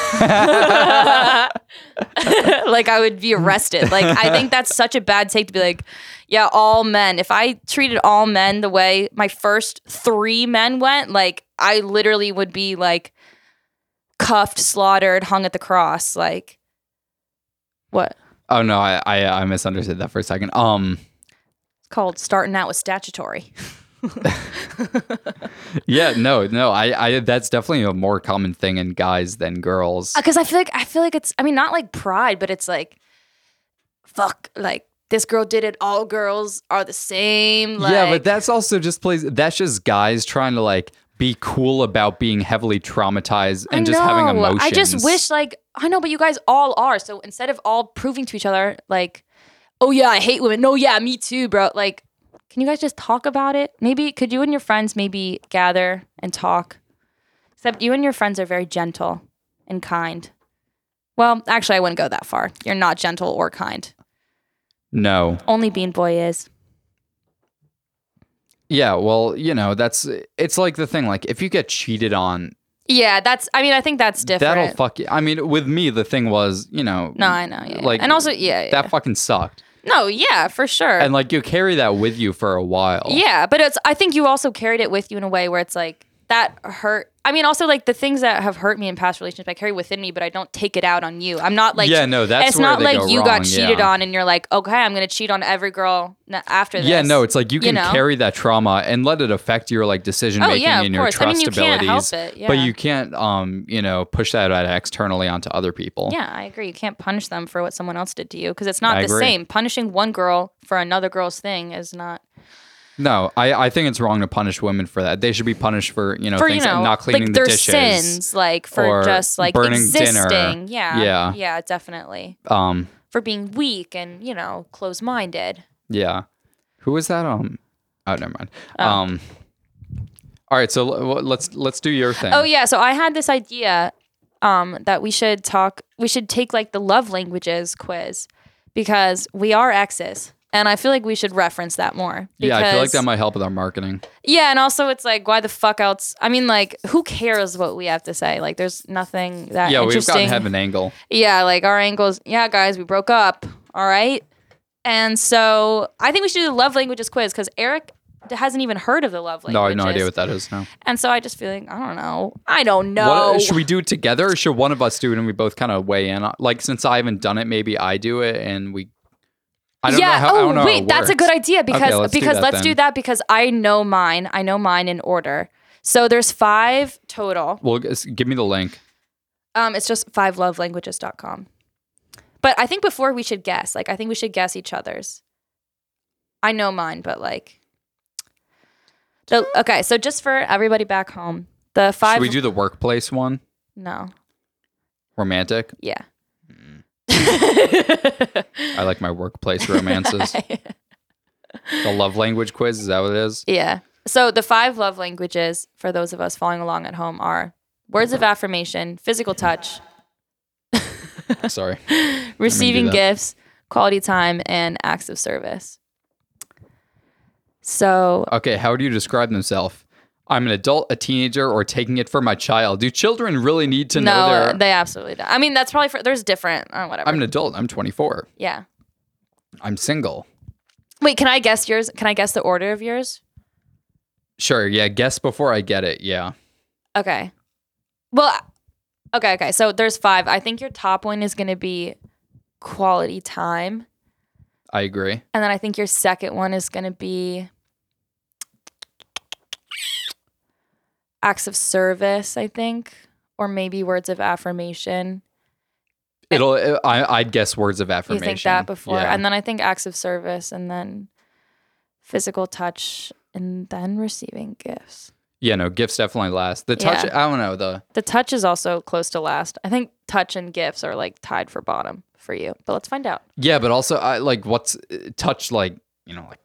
Speaker 2: I would be arrested. Like I think that's such a bad take to be like, yeah, all men. If I treated all men the way my first three men went, like I literally would be like cuffed, slaughtered, hung at the cross. Like what?
Speaker 1: Oh no, I, I I misunderstood that for a second. Um,
Speaker 2: It's called starting out with statutory.
Speaker 1: yeah, no, no, I, I that's definitely a more common thing in guys than girls.
Speaker 2: because Uh, I feel like I feel like it's I mean not like pride, but it's like fuck like this girl did it. All girls are the same. Like,
Speaker 1: yeah, but that's also just plays. That's just guys trying to like be cool about being heavily traumatized and
Speaker 2: I
Speaker 1: just having
Speaker 2: know.
Speaker 1: emotions.
Speaker 2: I just wish like I know, but you guys all are. So instead of all proving to each other like, oh yeah, I hate women. No, yeah, me too, bro. Like, can you guys just talk about it? Maybe could you and your friends maybe gather and talk? Except you and your friends are very gentle and kind. Well, actually, I wouldn't go that far. You're not gentle or kind.
Speaker 1: no.
Speaker 2: Only Bean Boy is.
Speaker 1: Yeah, well, you know, that's it's like the thing. Like, if you get cheated on,
Speaker 2: Yeah, that's. I mean, I think that's different.
Speaker 1: that'll fuck you. I mean, with me, the thing was, you know,
Speaker 2: no, I know. Yeah,
Speaker 1: like,
Speaker 2: and also, yeah, yeah.
Speaker 1: that fucking sucked,
Speaker 2: no, yeah, for sure.
Speaker 1: and like you carry that with you for a while.
Speaker 2: Yeah, but it's I think you also carried it with you in a way where it's like that hurt. I mean, also like the things that have hurt me in past relationships, I carry within me, but I don't take it out on you. I'm not like
Speaker 1: yeah, no, that's
Speaker 2: it's
Speaker 1: where
Speaker 2: not
Speaker 1: they
Speaker 2: like
Speaker 1: go
Speaker 2: you
Speaker 1: wrong,
Speaker 2: got cheated
Speaker 1: yeah.
Speaker 2: on and you're like, okay, I'm gonna cheat on every girl n- after this.
Speaker 1: Yeah, no, it's like you
Speaker 2: you
Speaker 1: can
Speaker 2: know?
Speaker 1: carry that trauma and let it affect your like decision
Speaker 2: Oh,
Speaker 1: making
Speaker 2: yeah, of
Speaker 1: and your
Speaker 2: course. I
Speaker 1: trust
Speaker 2: mean, you can't help
Speaker 1: abilities.
Speaker 2: it,
Speaker 1: But
Speaker 2: yeah.
Speaker 1: you can't, um, you know, push that out externally onto other people.
Speaker 2: yeah, I agree. You can't punish them for what someone else did to you because it's not
Speaker 1: I
Speaker 2: the
Speaker 1: agree.
Speaker 2: same. Punishing one girl for another girl's thing is not
Speaker 1: No, I, I think it's wrong to punish women for that. They should be punished for you know
Speaker 2: for
Speaker 1: things
Speaker 2: you know
Speaker 1: not cleaning
Speaker 2: like
Speaker 1: the
Speaker 2: their
Speaker 1: dishes.
Speaker 2: sins, like for
Speaker 1: or
Speaker 2: just like
Speaker 1: burning dinner.
Speaker 2: existing. Yeah,
Speaker 1: Yeah.
Speaker 2: yeah, definitely.
Speaker 1: Um,
Speaker 2: for being weak and you know close minded.
Speaker 1: Yeah. Who was that? Um. Oh, never mind. Um. All right. So l- w- let's let's do your thing.
Speaker 2: Oh yeah, so I had this idea um, that we should talk. We should take like the love languages quiz because we are exes, and I feel like we should reference that more.
Speaker 1: yeah. I feel like
Speaker 2: because-
Speaker 1: that might help with our marketing.
Speaker 2: Yeah, and also it's like, why the fuck else? I mean, like, who cares what we have to say? Like, there's nothing that
Speaker 1: Yeah, we've
Speaker 2: interesting.
Speaker 1: gotten have an angle.
Speaker 2: Yeah, like our angles. Yeah, guys, we broke up. All right. And so I think we should do the love languages quiz because Eric hasn't even heard of the love
Speaker 1: No, I
Speaker 2: languages.
Speaker 1: have no idea what that is. No.
Speaker 2: And so I just feel like I don't know. I don't know.
Speaker 1: What, should we do it together, or should one of us do it and we both kind of weigh in? on- Like, since I haven't done it, maybe I do it and we. I don't
Speaker 2: yeah.
Speaker 1: know how,
Speaker 2: oh,
Speaker 1: I don't know how
Speaker 2: wait,
Speaker 1: it
Speaker 2: that's a good
Speaker 1: works.
Speaker 2: idea because
Speaker 1: let's do
Speaker 2: because
Speaker 1: that
Speaker 2: let's
Speaker 1: then.
Speaker 2: do that because I know mine. I know mine in order. So there's five total.
Speaker 1: Well, g- s- give me the link.
Speaker 2: Um, it's just fivelovelanguages.com. But I think before we should guess. Like I think we should guess each other's. I know mine, but like. The, okay, so just for everybody back home, the
Speaker 1: Should
Speaker 2: five.
Speaker 1: we do the workplace one?
Speaker 2: no,
Speaker 1: Romantic.
Speaker 2: yeah.
Speaker 1: I like my workplace romances. the love language quiz is that what it is?
Speaker 2: Yeah. So the five love languages for those of us following along at home are words of affirmation, physical touch,
Speaker 1: Sorry.
Speaker 2: receiving
Speaker 1: that.
Speaker 2: gifts, quality time, and acts of service. So
Speaker 1: Okay, how do you describe themselves? I'm an adult, a teenager, or taking it from my child. Do children really need to know
Speaker 2: no,
Speaker 1: their?
Speaker 2: they absolutely don't. I mean, that's probably for there's different or whatever.
Speaker 1: I'm an adult. I'm 24.
Speaker 2: yeah.
Speaker 1: I'm single.
Speaker 2: Wait, can I guess yours? Can I guess the order of yours?
Speaker 1: Sure. Yeah. Guess before I get it. Yeah.
Speaker 2: Okay. Well, I- okay, okay. So there's five. I think your top one is going to be quality time,
Speaker 1: I agree.
Speaker 2: and then I think your second one is going to be acts of service. I think, or maybe words of affirmation.
Speaker 1: It'll. I. I'd guess words of
Speaker 2: You
Speaker 1: affirmation.
Speaker 2: think that before,
Speaker 1: Yeah.
Speaker 2: and then I think acts of service, and then physical touch, and then receiving gifts.
Speaker 1: yeah. No. Gifts definitely last. The touch. I don't know. The.
Speaker 2: The touch is also close to last. I think touch and gifts are like tied for bottom for you, but let's find out.
Speaker 1: Yeah, but also I like what's uh, touch like. You know, like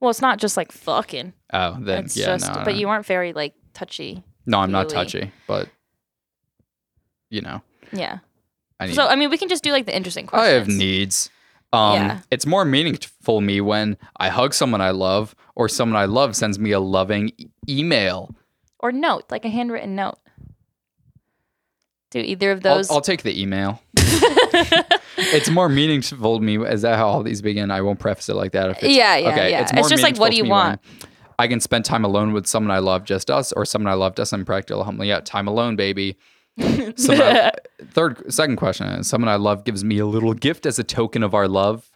Speaker 2: Well, it's not just like fucking.
Speaker 1: oh then
Speaker 2: it's
Speaker 1: yeah.
Speaker 2: just,
Speaker 1: no, no.
Speaker 2: but you aren't very like touchy.
Speaker 1: No, I'm not
Speaker 2: Really.
Speaker 1: touchy, but you know,
Speaker 2: Yeah.
Speaker 1: I need.
Speaker 2: So I mean, we can just do like the interesting
Speaker 1: I
Speaker 2: questions.
Speaker 1: have needs. Um,
Speaker 2: Yeah.
Speaker 1: it's more meaningful to me when I hug someone I love, or someone I love sends me a loving e- email.
Speaker 2: or note, like a handwritten note. Do either of
Speaker 1: I'll-
Speaker 2: those?
Speaker 1: I'll, take the email. It's more meaningful to me. Is that how all these begin? I won't preface it like that. If it's,
Speaker 2: yeah, yeah, yeah. It's,
Speaker 1: more
Speaker 2: just like,
Speaker 1: meaningful
Speaker 2: what do
Speaker 1: to
Speaker 2: you
Speaker 1: me when
Speaker 2: want?
Speaker 1: I can spend time alone with someone I love, just us, or someone I love doesn't practical help me out. Time alone, baby. Someone I- third, second question is someone I love gives me a little gift as a token of our love.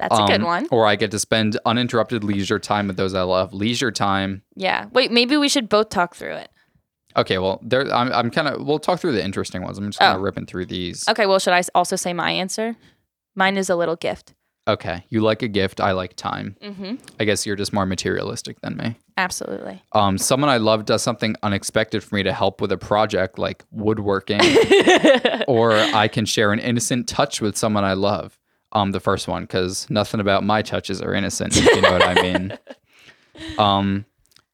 Speaker 2: That's a good
Speaker 1: Um,
Speaker 2: one.
Speaker 1: Or I get to spend uninterrupted leisure time with those I love. Leisure time.
Speaker 2: Yeah. Wait, maybe we should both talk through it.
Speaker 1: Okay, well, there. I'm, I'm kind of. We'll talk through the interesting ones. I'm just
Speaker 2: Oh.
Speaker 1: kind of ripping through these.
Speaker 2: Okay. Well, should I s- also say my answer? Mine is a little gift.
Speaker 1: Okay, you like a gift. I like time.
Speaker 2: Mm-hmm.
Speaker 1: I guess you're just more materialistic than me.
Speaker 2: Absolutely.
Speaker 1: Um, someone I love does something unexpected for me to help with a project like woodworking, or I can share an innocent touch with someone I love. Um, the first one, because nothing about my touches are innocent. If you know what I mean. Um,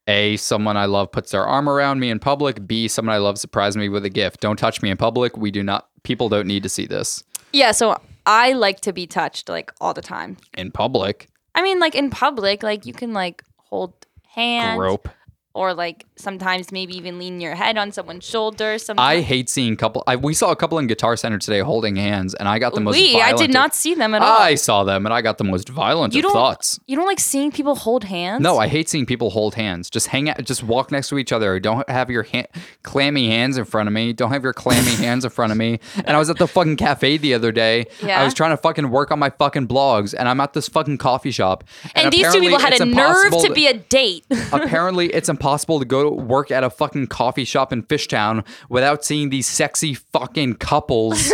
Speaker 1: a someone I love puts their arm around me in public. B someone I love surprised me with a gift. Don't touch me in public. We do not. People don't need to see this
Speaker 2: Yeah. So I like to be touched like all the time.
Speaker 1: in public.
Speaker 2: I mean, like in public, like you can like hold hands
Speaker 1: Grope.
Speaker 2: or like sometimes maybe even lean your head on someone's shoulder.
Speaker 1: I
Speaker 2: Sometimes
Speaker 1: hate seeing couple. I, we saw a couple in Guitar Center today holding hands, and I got the most.
Speaker 2: we I did
Speaker 1: violent-
Speaker 2: not see them at all.
Speaker 1: I saw them, and I got the most violent
Speaker 2: You
Speaker 1: of
Speaker 2: don't-
Speaker 1: thoughts.
Speaker 2: you don't like seeing people hold hands.
Speaker 1: No, I hate seeing people hold hands. Just hang out. Just walk next to each other. Don't have your hand, clammy hands in front of me. Don't have your clammy hands in front of me. And I was at the fucking cafe the other day.
Speaker 2: Yeah.
Speaker 1: I was trying to fucking work on my fucking blogs, and I'm at this fucking coffee shop.
Speaker 2: and these two people had a nerve to be a date.
Speaker 1: apparently, it's impossible to go to work at a fucking coffee shop in Fishtown without seeing these sexy fucking couples.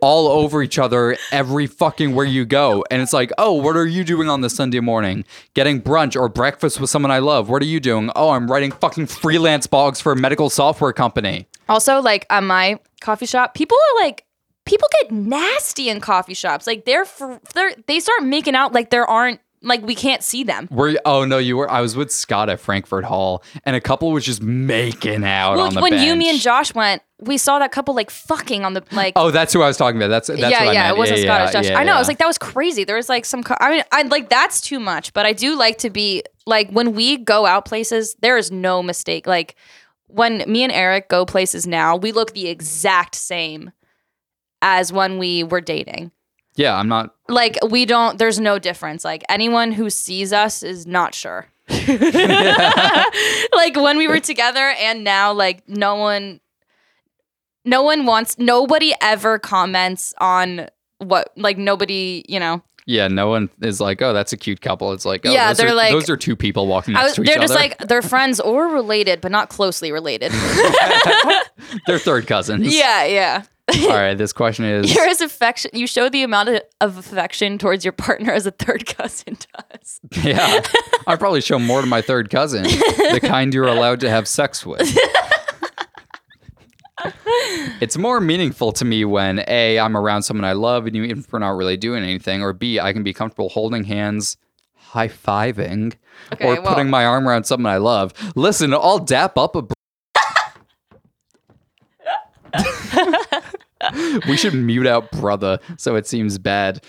Speaker 1: All over each other every fucking where you go. And it's like, oh, what are you doing on this Sunday morning? Getting brunch or breakfast with someone I love. What are you doing? Oh, I'm writing fucking freelance blogs for a medical software company.
Speaker 2: also, like at my coffee shop, people are like people get nasty in coffee shops. Like they're fr- they're they start making out like there aren't like we can't see them.
Speaker 1: Were you, oh no, you were I was with Scott at Frankfurt Hall and a couple was just making out
Speaker 2: Well,
Speaker 1: on the
Speaker 2: when
Speaker 1: bench.
Speaker 2: Yumi and Josh went, we saw that couple like fucking on the like.
Speaker 1: Oh, that's who I was talking about. That's that's
Speaker 2: yeah,
Speaker 1: what I
Speaker 2: yeah,
Speaker 1: meant.
Speaker 2: it wasn't
Speaker 1: yeah,
Speaker 2: Scottish
Speaker 1: yeah,
Speaker 2: Josh.
Speaker 1: yeah,
Speaker 2: I know. I was
Speaker 1: yeah.
Speaker 2: like, that was crazy. There was like some. Co- I mean, I like that's too much. But I do like to be like when we go out places, there is no mistake. Like when me and Eric go places now, we look the exact same as when we were dating.
Speaker 1: yeah, I'm not
Speaker 2: Like we don't. There's no difference. Like anyone who sees us is not sure. like when we were together and now like no one no one wants nobody ever comments on what like nobody you know
Speaker 1: Yeah, no one is like, oh, that's a cute couple. It's like, oh,
Speaker 2: Yeah,
Speaker 1: those
Speaker 2: they're
Speaker 1: are,
Speaker 2: like-
Speaker 1: those are two people walking
Speaker 2: I
Speaker 1: next
Speaker 2: was,
Speaker 1: to each
Speaker 2: they're
Speaker 1: other.
Speaker 2: just like they're friends or related but not closely related
Speaker 1: they're third cousins.
Speaker 2: yeah yeah
Speaker 1: All right, this question is,
Speaker 2: you're as affection you show the amount of, of affection towards your partner as a third cousin does
Speaker 1: yeah, I probably show more to my third cousin, the kind you're allowed to have sex with. it's more meaningful to me when a I'm around someone I love, and even if we're not really doing anything, or b I can be comfortable holding hands. High fiving
Speaker 2: Okay,
Speaker 1: or
Speaker 2: well-
Speaker 1: putting my arm around someone I love. Listen, I'll dap up a. Br- we should mute out brother so it seems bad.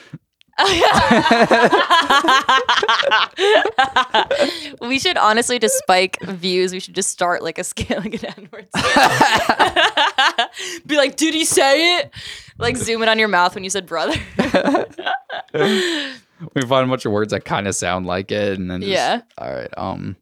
Speaker 2: we should honestly to spike views. We should just start like a scale like an N-word. Be like, did he say it? Like zoom in on your mouth when you said brother.
Speaker 1: We find a bunch of words that kind of sound like it, and then just-
Speaker 2: Yeah.
Speaker 1: all right, um,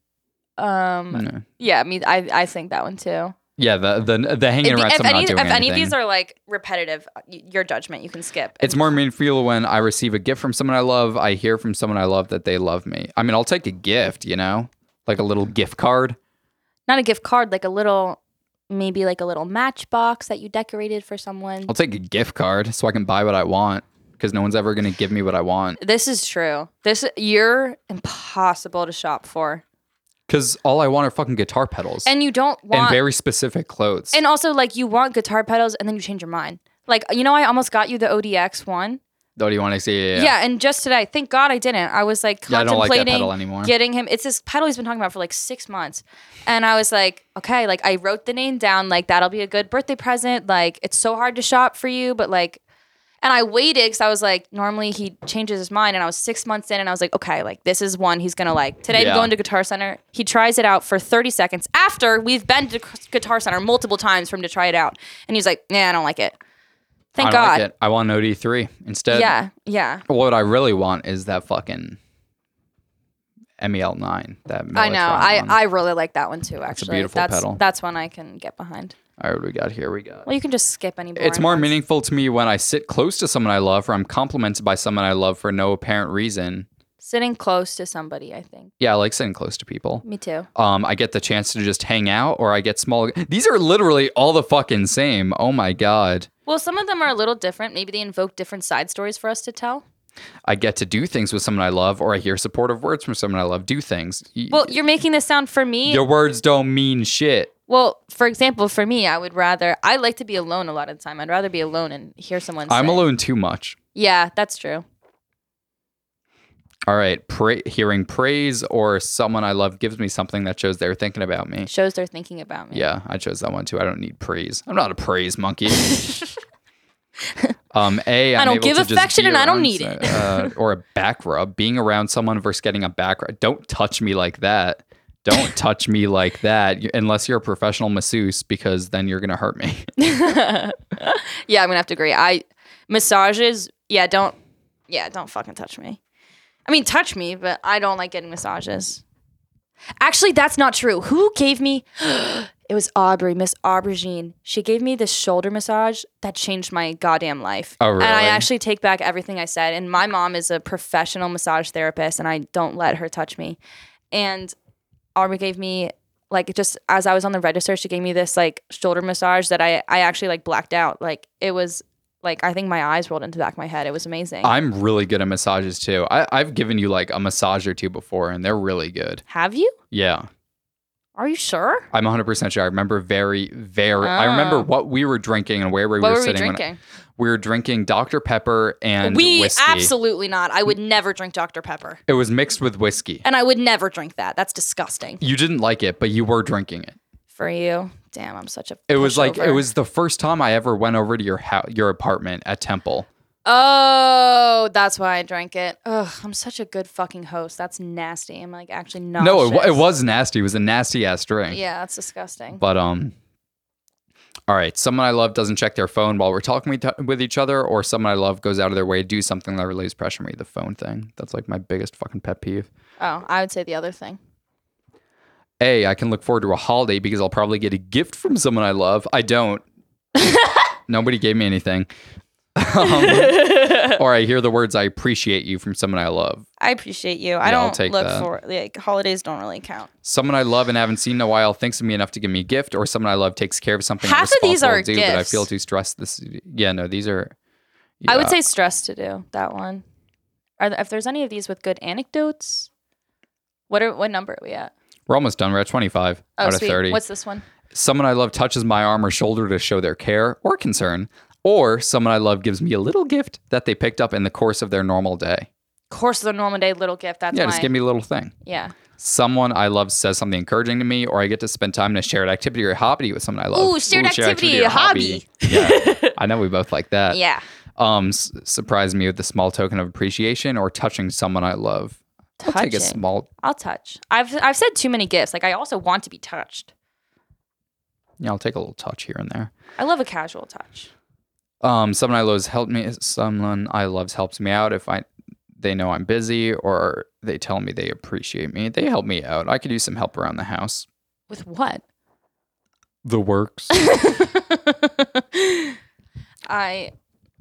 Speaker 2: Um,
Speaker 1: no.
Speaker 2: yeah, I mean, I I think that one too.
Speaker 1: yeah, the the the hanging
Speaker 2: If,
Speaker 1: around.
Speaker 2: if
Speaker 1: so I'm
Speaker 2: any
Speaker 1: not
Speaker 2: if
Speaker 1: doing
Speaker 2: any of
Speaker 1: anything.
Speaker 2: these are like repetitive, uh, y- your judgment you can skip.
Speaker 1: It's more meaningful when I receive a gift from someone I love. I hear from someone I love that they love me. I mean, I'll take a gift, you know, like a little gift card.
Speaker 2: not a gift card, like a little maybe like a little matchbox that you decorated for someone.
Speaker 1: I'll take a gift card so I can buy what I want because no one's ever going to give me what I want.
Speaker 2: This is true. This you're impossible to shop for,
Speaker 1: Because all I want are fucking guitar pedals and,
Speaker 2: and you don't want.
Speaker 1: very specific clothes.
Speaker 2: and also, like you want guitar pedals, and then you change your mind. Like you know, I almost got you the ODX one.
Speaker 1: oh, do you want to see?
Speaker 2: Yeah, and just today, thank God I didn't. I was like
Speaker 1: Yeah, I don't like that
Speaker 2: contemplating
Speaker 1: pedal anymore.
Speaker 2: getting him. It's this pedal he's been talking about for like six months, and I was like, okay, like I wrote the name down. Like that'll be a good birthday present. Like it's so hard to shop for you, but like. And I waited because I was like, normally he changes his mind. And I was six months in and I was like, okay, like this is one he's going to like. Today
Speaker 1: Yeah.
Speaker 2: I'm going to Guitar Center. He tries it out for 30 seconds after we've been to Guitar Center multiple times for him to try it out. And he's like, nah, I don't like it. Thank
Speaker 1: I don't
Speaker 2: God.
Speaker 1: like it. I want an OD3 instead.
Speaker 2: Yeah. Yeah.
Speaker 1: What I really want is that fucking MEL9. That
Speaker 2: I know. I,
Speaker 1: Mellotron one.
Speaker 2: I really like that one too. Actually,
Speaker 1: a beautiful
Speaker 2: that's,
Speaker 1: pedal.
Speaker 2: That's one I can get behind.
Speaker 1: All right, what do we got here? We got.
Speaker 2: Well, you can just skip any.
Speaker 1: It's
Speaker 2: boring
Speaker 1: more
Speaker 2: ones.
Speaker 1: meaningful to me when I sit close to someone I love or I'm complimented by someone I love for no apparent reason.
Speaker 2: Sitting close to somebody, I think.
Speaker 1: Yeah, I like sitting close to people.
Speaker 2: Me too.
Speaker 1: Um, I get the chance to just hang out or I get small. These are literally all the fucking same. Oh my God.
Speaker 2: Well, some of them are a little different. Maybe they invoke different side stories for us to tell.
Speaker 1: I get to do things with someone I love or I hear supportive words from someone I love. Do things. Y-
Speaker 2: Well, you're making this sound for me.
Speaker 1: Your words don't mean shit.
Speaker 2: well, for example, for me, I would rather I like to be alone a lot of the time. I'd rather be alone and hear someone.
Speaker 1: I'm
Speaker 2: say-
Speaker 1: alone too much.
Speaker 2: Yeah, that's true.
Speaker 1: All right. Pra- hearing praise or someone I love gives me something that shows they're thinking about me.
Speaker 2: Shows they're thinking about me.
Speaker 1: Yeah, I chose that one too. I don't need praise. I'm not a praise monkey. um, a I'm
Speaker 2: I don't
Speaker 1: able
Speaker 2: give
Speaker 1: to just
Speaker 2: affection
Speaker 1: be
Speaker 2: and I don't
Speaker 1: around
Speaker 2: need
Speaker 1: so-
Speaker 2: it.
Speaker 1: uh, or a back rub. Being around someone versus getting a back rub. Don't touch me like that. Don't touch me like that. you- Unless you're a professional masseuse, because then you're gonna hurt me.
Speaker 2: Yeah, I'm gonna have to agree. I massages. Yeah, don't. Yeah, don't fucking touch me. I mean, touch me, but I don't like getting massages. Actually, that's not true. Who gave me? It was Aubrey, Miss Aubergine. She gave me this shoulder massage that changed my goddamn life.
Speaker 1: Oh,
Speaker 2: And I
Speaker 1: really?
Speaker 2: actually take back everything I said. And my mom is a professional massage therapist, and I don't let her touch me. And Aubrey gave me like just as I was on the register, she gave me this like shoulder massage that I I actually like blacked out. Like it was like I think my eyes rolled into the back of my head. It was amazing.
Speaker 1: I'm really good at massages too. I, I've given you like a massage or two before, and they're really good.
Speaker 2: Have you?
Speaker 1: Yeah,
Speaker 2: Are you sure?
Speaker 1: I'm 100 percent sure. I remember very, very. I remember
Speaker 2: Oh.
Speaker 1: what we were drinking and where we
Speaker 2: What
Speaker 1: were
Speaker 2: were we
Speaker 1: sitting. when-
Speaker 2: drinking?
Speaker 1: we were drinking Dr Pepper and
Speaker 2: We
Speaker 1: whiskey.
Speaker 2: absolutely not. I would never drink Dr. Pepper.
Speaker 1: It was mixed with whiskey.
Speaker 2: And I would never drink that. That's disgusting.
Speaker 1: You didn't like it, but you were drinking it.
Speaker 2: For you. Damn, I'm such a
Speaker 1: It was like it
Speaker 2: pushover.
Speaker 1: was the first time I ever went over to your house, your apartment at Temple.
Speaker 2: Oh, that's why I drank it. Ugh, I'm such a good fucking host. That's nasty. I'm like actually not.
Speaker 1: No, it, wa- it was nasty. It was a nasty ass drink.
Speaker 2: Oh, Yeah, that's disgusting.
Speaker 1: But um, all right. Someone I love doesn't check their phone while we're talking with, with each other, or someone I love goes out of their way to do something that relieves pressure on me. The phone thing. That's like my biggest fucking pet peeve.
Speaker 2: Oh, I would say the other thing.
Speaker 1: A, I can look forward to a holiday because I'll probably get a gift from someone I love. I don't. Nobody gave me anything. Um, or I hear the words "I appreciate you" from someone I love.
Speaker 2: I appreciate you.
Speaker 1: Yeah,
Speaker 2: I
Speaker 1: I'll
Speaker 2: don't
Speaker 1: take
Speaker 2: look
Speaker 1: that.
Speaker 2: for like holidays don't really count.
Speaker 1: Someone I love and haven't seen in a while thinks of me enough to give me a gift, or someone I love takes care of something. I'm
Speaker 2: Half of these
Speaker 1: responsible
Speaker 2: are
Speaker 1: to do, but I
Speaker 2: gifts.
Speaker 1: feel too stressed. This, yeah, no, these are.
Speaker 2: I would
Speaker 1: yeah.
Speaker 2: say stress to do that one. Are there, if there's any of these with good anecdotes, what are what number are we at?
Speaker 1: we're almost done. We're at twenty-five
Speaker 2: Oh,
Speaker 1: out
Speaker 2: sweet.
Speaker 1: of thirty.
Speaker 2: What's this one?
Speaker 1: someone I love touches my arm or shoulder to show their care or concern, or someone I love gives me a little gift that they picked up in the course of their normal day.
Speaker 2: Course of the normal day, little gift. That's
Speaker 1: yeah,
Speaker 2: mine.
Speaker 1: just give me a little thing.
Speaker 2: yeah.
Speaker 1: someone I love says something encouraging to me, or I get to spend time in a shared activity or hobby with someone I love.
Speaker 2: Ooh, shared activity, hobby.
Speaker 1: Yeah, I know we both like that.
Speaker 2: Yeah.
Speaker 1: Um, s- surprise me with a small token of appreciation or touching someone I love. I'll take a
Speaker 2: Touching.
Speaker 1: small.
Speaker 2: I'll touch. I've I've said too many gifts. Like I also want to be touched.
Speaker 1: Yeah, I'll take a little touch here and there.
Speaker 2: I love a casual touch.
Speaker 1: Um, someone I love's helped me. Someone I loves helps me out if I they know I'm busy or they tell me they appreciate me. They help me out. I could use some help around the house.
Speaker 2: With what?
Speaker 1: The works.
Speaker 2: I.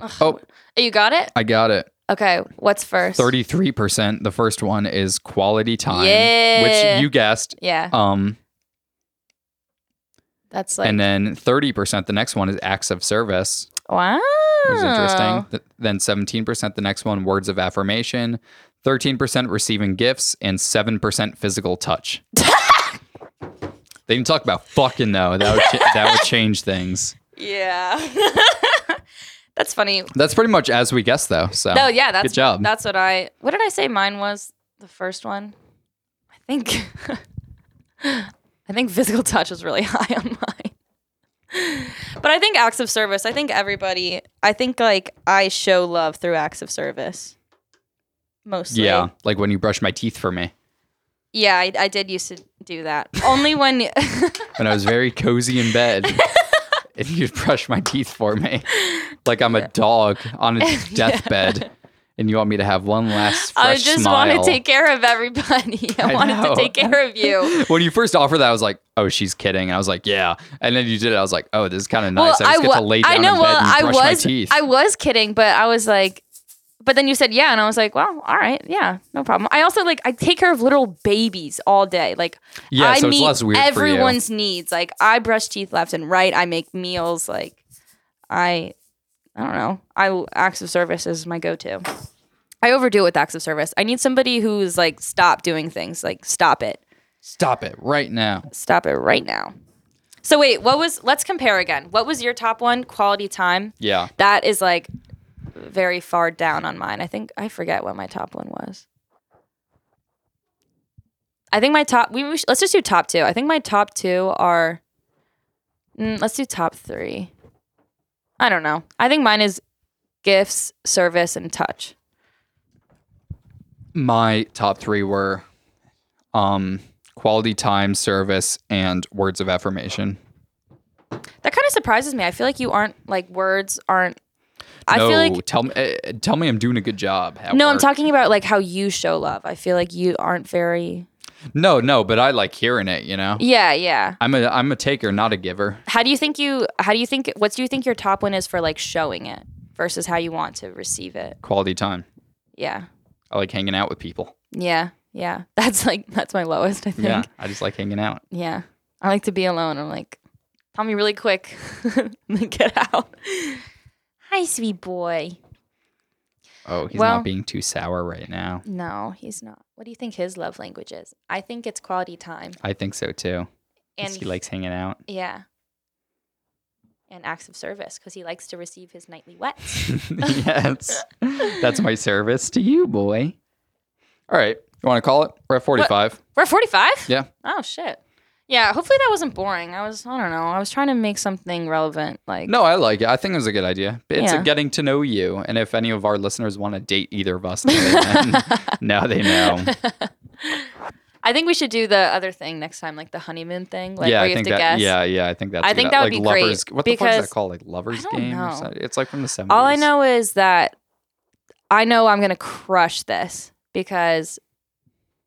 Speaker 2: Ugh.
Speaker 1: Oh.
Speaker 2: you got it.
Speaker 1: I got it.
Speaker 2: Okay, what's first?
Speaker 1: Thirty-three percent. The first one is quality time,
Speaker 2: Yeah.
Speaker 1: which you guessed.
Speaker 2: Yeah,
Speaker 1: Um,
Speaker 2: that's like
Speaker 1: and then thirty percent. The next one is acts of service,
Speaker 2: wow.
Speaker 1: which is interesting. Th- then seventeen percent. The next one, words of affirmation. Thirteen percent receiving gifts, and seven percent physical touch. they didn't talk about fucking though. That would ch- that would change things.
Speaker 2: Yeah, that's funny.
Speaker 1: That's pretty much as we guessed though. So
Speaker 2: No, yeah, that's
Speaker 1: good job.
Speaker 2: That's what I. What did I say? Mine was the first one. I think. I think physical touch was really high on mine. But I think acts of service. I think everybody. I think like I show love through acts of service. Mostly.
Speaker 1: yeah, like when you brush my teeth for me
Speaker 2: Yeah, I, I did used to do that. Only when.
Speaker 1: when I was very cozy in bed. And you'd brush my teeth for me like I'm a dog on its deathbed, and you want me to have one last fresh
Speaker 2: I just
Speaker 1: smile.
Speaker 2: want to take care of everybody. I,
Speaker 1: I
Speaker 2: wanted
Speaker 1: know.
Speaker 2: to take care of you.
Speaker 1: when you first offered that, I was like, "Oh, she's kidding." And I was like, "Yeah," and then you did it. I was like, "Oh, this is kind of nice. I just get
Speaker 2: wa-
Speaker 1: to lay down
Speaker 2: I know.
Speaker 1: in bed
Speaker 2: well,
Speaker 1: and brush
Speaker 2: I
Speaker 1: my
Speaker 2: was.
Speaker 1: teeth."
Speaker 2: I was kidding, but I was like, but then you said yeah, and I was like, well, all right, yeah, no problem. I also like I take care of little babies all day. Like
Speaker 1: yeah,
Speaker 2: I
Speaker 1: so it's
Speaker 2: meet
Speaker 1: less weird
Speaker 2: everyone's needs. Like I brush teeth left and right. I make meals. Like I, I don't know. I acts of service is my go-to. I overdo it with acts of service. I need somebody who's like stop doing things. Like stop it.
Speaker 1: for you. Stop it right now.
Speaker 2: Stop it right now. So wait, what was? Let's compare again. What was your top one? Quality time.
Speaker 1: Yeah,
Speaker 2: That is like very far down on mine. I think I forget what my top one was. I think my top. We, we should, let's just do top two. I think my top two are. mm, let's do top three. I don't know. I think mine is gifts, service, and touch.
Speaker 1: my top three were, um, quality time, service, and words of affirmation.
Speaker 2: That kind of surprises me. I feel like you aren't like words aren't. I
Speaker 1: no,
Speaker 2: feel like
Speaker 1: tell me, uh, tell me, I'm doing a good job. at
Speaker 2: no. I'm
Speaker 1: work.
Speaker 2: talking about like how you show love. I feel like you aren't very.
Speaker 1: No, no, but I like hearing it. You know,
Speaker 2: Yeah, yeah.
Speaker 1: I'm a I'm a taker, not a giver.
Speaker 2: How do you think you? How do you think? What do you think your top one is for like showing it versus how you want to receive it?
Speaker 1: Quality time.
Speaker 2: Yeah,
Speaker 1: I like hanging out with people.
Speaker 2: yeah, yeah. That's like that's my lowest. I think.
Speaker 1: Yeah,
Speaker 2: Yeah,
Speaker 1: I just like hanging out.
Speaker 2: I like to be alone. I'm like, tell me really quick, and then get out. Hi, sweet boy.
Speaker 1: Oh, he's
Speaker 2: Well-
Speaker 1: not being too sour right now.
Speaker 2: No, he's not. What do you think his love language is? I think it's quality time
Speaker 1: I think so too. 'cause
Speaker 2: and
Speaker 1: he likes hanging out.
Speaker 2: yeah, and acts of service because he likes to receive his nightly wets.
Speaker 1: yes. That's my service to you, boy. All right. You want to call it? We're at 45.
Speaker 2: We're at 45?
Speaker 1: Yeah.
Speaker 2: Oh, shit. Yeah, hopefully that wasn't boring. I was, I don't know, I was trying to make something relevant. Like,
Speaker 1: No, I like it. I think it was a good idea. It's
Speaker 2: Yeah.
Speaker 1: a getting to know you. And if any of our listeners want to date either of us, then now they know.
Speaker 2: I think we should do the other thing next time, like the honeymoon thing, like
Speaker 1: yeah,
Speaker 2: where
Speaker 1: I
Speaker 2: you have
Speaker 1: think
Speaker 2: to
Speaker 1: that.
Speaker 2: guess.
Speaker 1: Yeah, yeah, I think that's.
Speaker 2: I
Speaker 1: a
Speaker 2: think
Speaker 1: good-
Speaker 2: that would
Speaker 1: like
Speaker 2: be great
Speaker 1: lovers, What the fuck is
Speaker 2: because-
Speaker 1: that called? Like lovers
Speaker 2: I don't
Speaker 1: game? Or
Speaker 2: know.
Speaker 1: something? It's like from the seventies.
Speaker 2: All I know is that I know I'm going to crush this because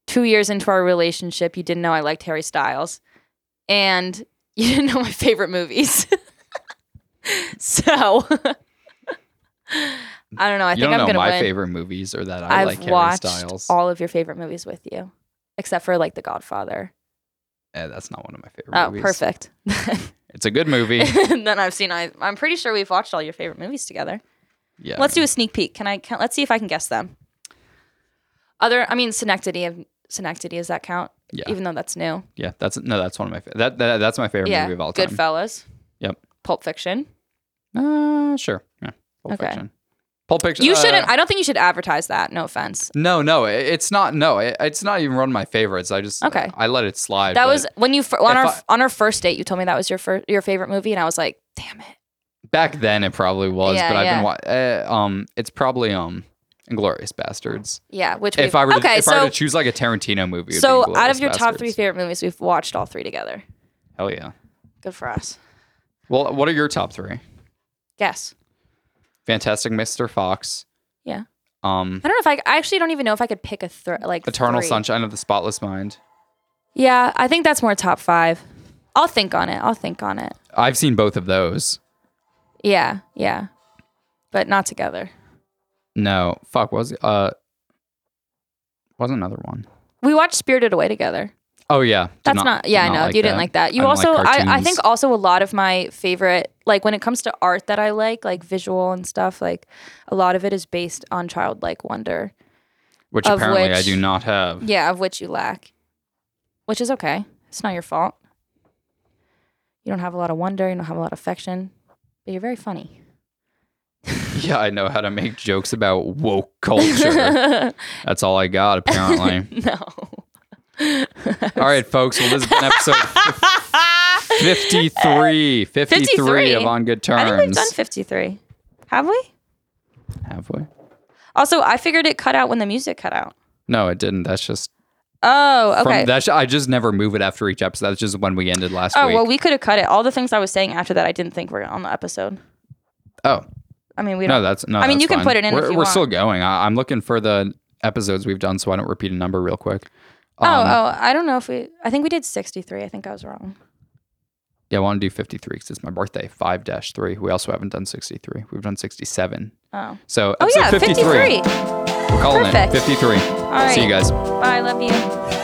Speaker 2: two years into our relationship, you didn't know I liked Harry Styles and you didn't know my favorite movies. so. I don't know. I
Speaker 1: you
Speaker 2: think
Speaker 1: don't
Speaker 2: I'm
Speaker 1: know
Speaker 2: gonna
Speaker 1: my
Speaker 2: win.
Speaker 1: favorite movies or that I
Speaker 2: I've
Speaker 1: like Harry
Speaker 2: watched
Speaker 1: Styles.
Speaker 2: all of your favorite movies with you, except for like The Godfather.
Speaker 1: Eh, that's not one of my favorite
Speaker 2: Oh,
Speaker 1: movies.
Speaker 2: perfect.
Speaker 1: It's a good movie.
Speaker 2: and then I've seen. I, I'm pretty sure we've watched all your favorite movies together.
Speaker 1: Yeah.
Speaker 2: Let's do a sneak peek. Can I? Can, let's see if I can guess them. Other, I mean, Synecdoche of Synecdoche. Does that count?
Speaker 1: Yeah.
Speaker 2: Even though that's new.
Speaker 1: Yeah, that's no, that's one of my fa- that, that that's my favorite
Speaker 2: yeah.
Speaker 1: movie of all time.
Speaker 2: Goodfellas.
Speaker 1: Yep.
Speaker 2: Pulp Fiction.
Speaker 1: uh, sure. Yeah. Pulp
Speaker 2: Okay.
Speaker 1: Fiction. Pulp Fiction.
Speaker 2: You
Speaker 1: uh,
Speaker 2: shouldn't. I don't think you should advertise that. No offense.
Speaker 1: No, no, it- it's not. No, it, it's not even one of my favorites. I just
Speaker 2: Okay.
Speaker 1: I let it slide.
Speaker 2: That
Speaker 1: but
Speaker 2: was when you fir- on
Speaker 1: if
Speaker 2: our
Speaker 1: I-
Speaker 2: on our first date. You told me that was your first your favorite movie, and I was like, damn it.
Speaker 1: back then. It probably was,
Speaker 2: Yeah,
Speaker 1: but I've
Speaker 2: yeah.
Speaker 1: been wa- uh, um. It's probably um. Inglorious Bastards.
Speaker 2: Yeah, which
Speaker 1: If
Speaker 2: we've-
Speaker 1: I were
Speaker 2: okay,
Speaker 1: if
Speaker 2: so
Speaker 1: I were to choose like a Tarantino movie, it'd
Speaker 2: so
Speaker 1: be
Speaker 2: out of
Speaker 1: Inglourious
Speaker 2: your top three
Speaker 1: Basterds.
Speaker 2: favorite movies, we've watched all three together.
Speaker 1: hell yeah.
Speaker 2: Good for us.
Speaker 1: Well, what are your top three?
Speaker 2: Guess.
Speaker 1: Fantastic Mr. Fox.
Speaker 2: Yeah.
Speaker 1: Um,
Speaker 2: I don't know if I. I actually don't even know if I could pick a thr like
Speaker 1: Eternal
Speaker 2: three.
Speaker 1: Sunshine of the Spotless Mind.
Speaker 2: Yeah, I think that's more top five. I'll think on it. I'll think on it.
Speaker 1: I've seen both of those.
Speaker 2: Yeah, yeah, but not together.
Speaker 1: No, fuck. what Was uh, what was another one?
Speaker 2: We watched Spirited Away together.
Speaker 1: Oh yeah, Did
Speaker 2: That's not,
Speaker 1: did
Speaker 2: yeah, I know. you didn't like that.
Speaker 1: I
Speaker 2: You
Speaker 1: don't
Speaker 2: also
Speaker 1: like
Speaker 2: I, I
Speaker 1: cartoons.
Speaker 2: think also a lot of my favorite like when it comes to art that I like, like visual and stuff, like a lot of it is based on childlike wonder.
Speaker 1: which
Speaker 2: of
Speaker 1: apparently I
Speaker 2: which-
Speaker 1: do not have.
Speaker 2: Yeah, of which you lack. Which is okay. It's not your fault. You don't have a lot of wonder, you don't have a lot of affection, but you're very funny.
Speaker 1: Yeah, I know how to make jokes about woke culture. That's all I got apparently.
Speaker 2: no.
Speaker 1: all right, folks. Well, this has been episode 53, 53,
Speaker 2: 53?
Speaker 1: of On Good
Speaker 2: I
Speaker 1: Terms.
Speaker 2: think we've done 53. Have we?
Speaker 1: have we?
Speaker 2: Also, I figured it cut out when the music cut out.
Speaker 1: No, it didn't. That's just
Speaker 2: Oh, okay.
Speaker 1: From that, sh- I just never move it after each episode. That's just when we ended last
Speaker 2: oh,
Speaker 1: week.
Speaker 2: well, we could have cut it. All the things I was saying after that, I didn't think were on the episode.
Speaker 1: oh
Speaker 2: I mean, we
Speaker 1: no,
Speaker 2: don't.
Speaker 1: that's no.
Speaker 2: I mean,
Speaker 1: that's
Speaker 2: you can
Speaker 1: fine.
Speaker 2: put it in if
Speaker 1: We're,
Speaker 2: you
Speaker 1: we're
Speaker 2: want.
Speaker 1: still going. I, I'm looking for the episodes we've done, so I don't repeat a number real quick.
Speaker 2: oh,
Speaker 1: Um,
Speaker 2: oh, I don't know if we. I think we did 63. I think I was wrong.
Speaker 1: yeah, I want to do 53 because it's my birthday. Five dash three. We also haven't done 63. We've done 67.
Speaker 2: Oh.
Speaker 1: So
Speaker 2: Oh,
Speaker 1: episode
Speaker 2: yeah, 53.
Speaker 1: We're calling
Speaker 2: Perfect.
Speaker 1: it 53.
Speaker 2: All right.
Speaker 1: See you guys.
Speaker 2: Bye. Love you.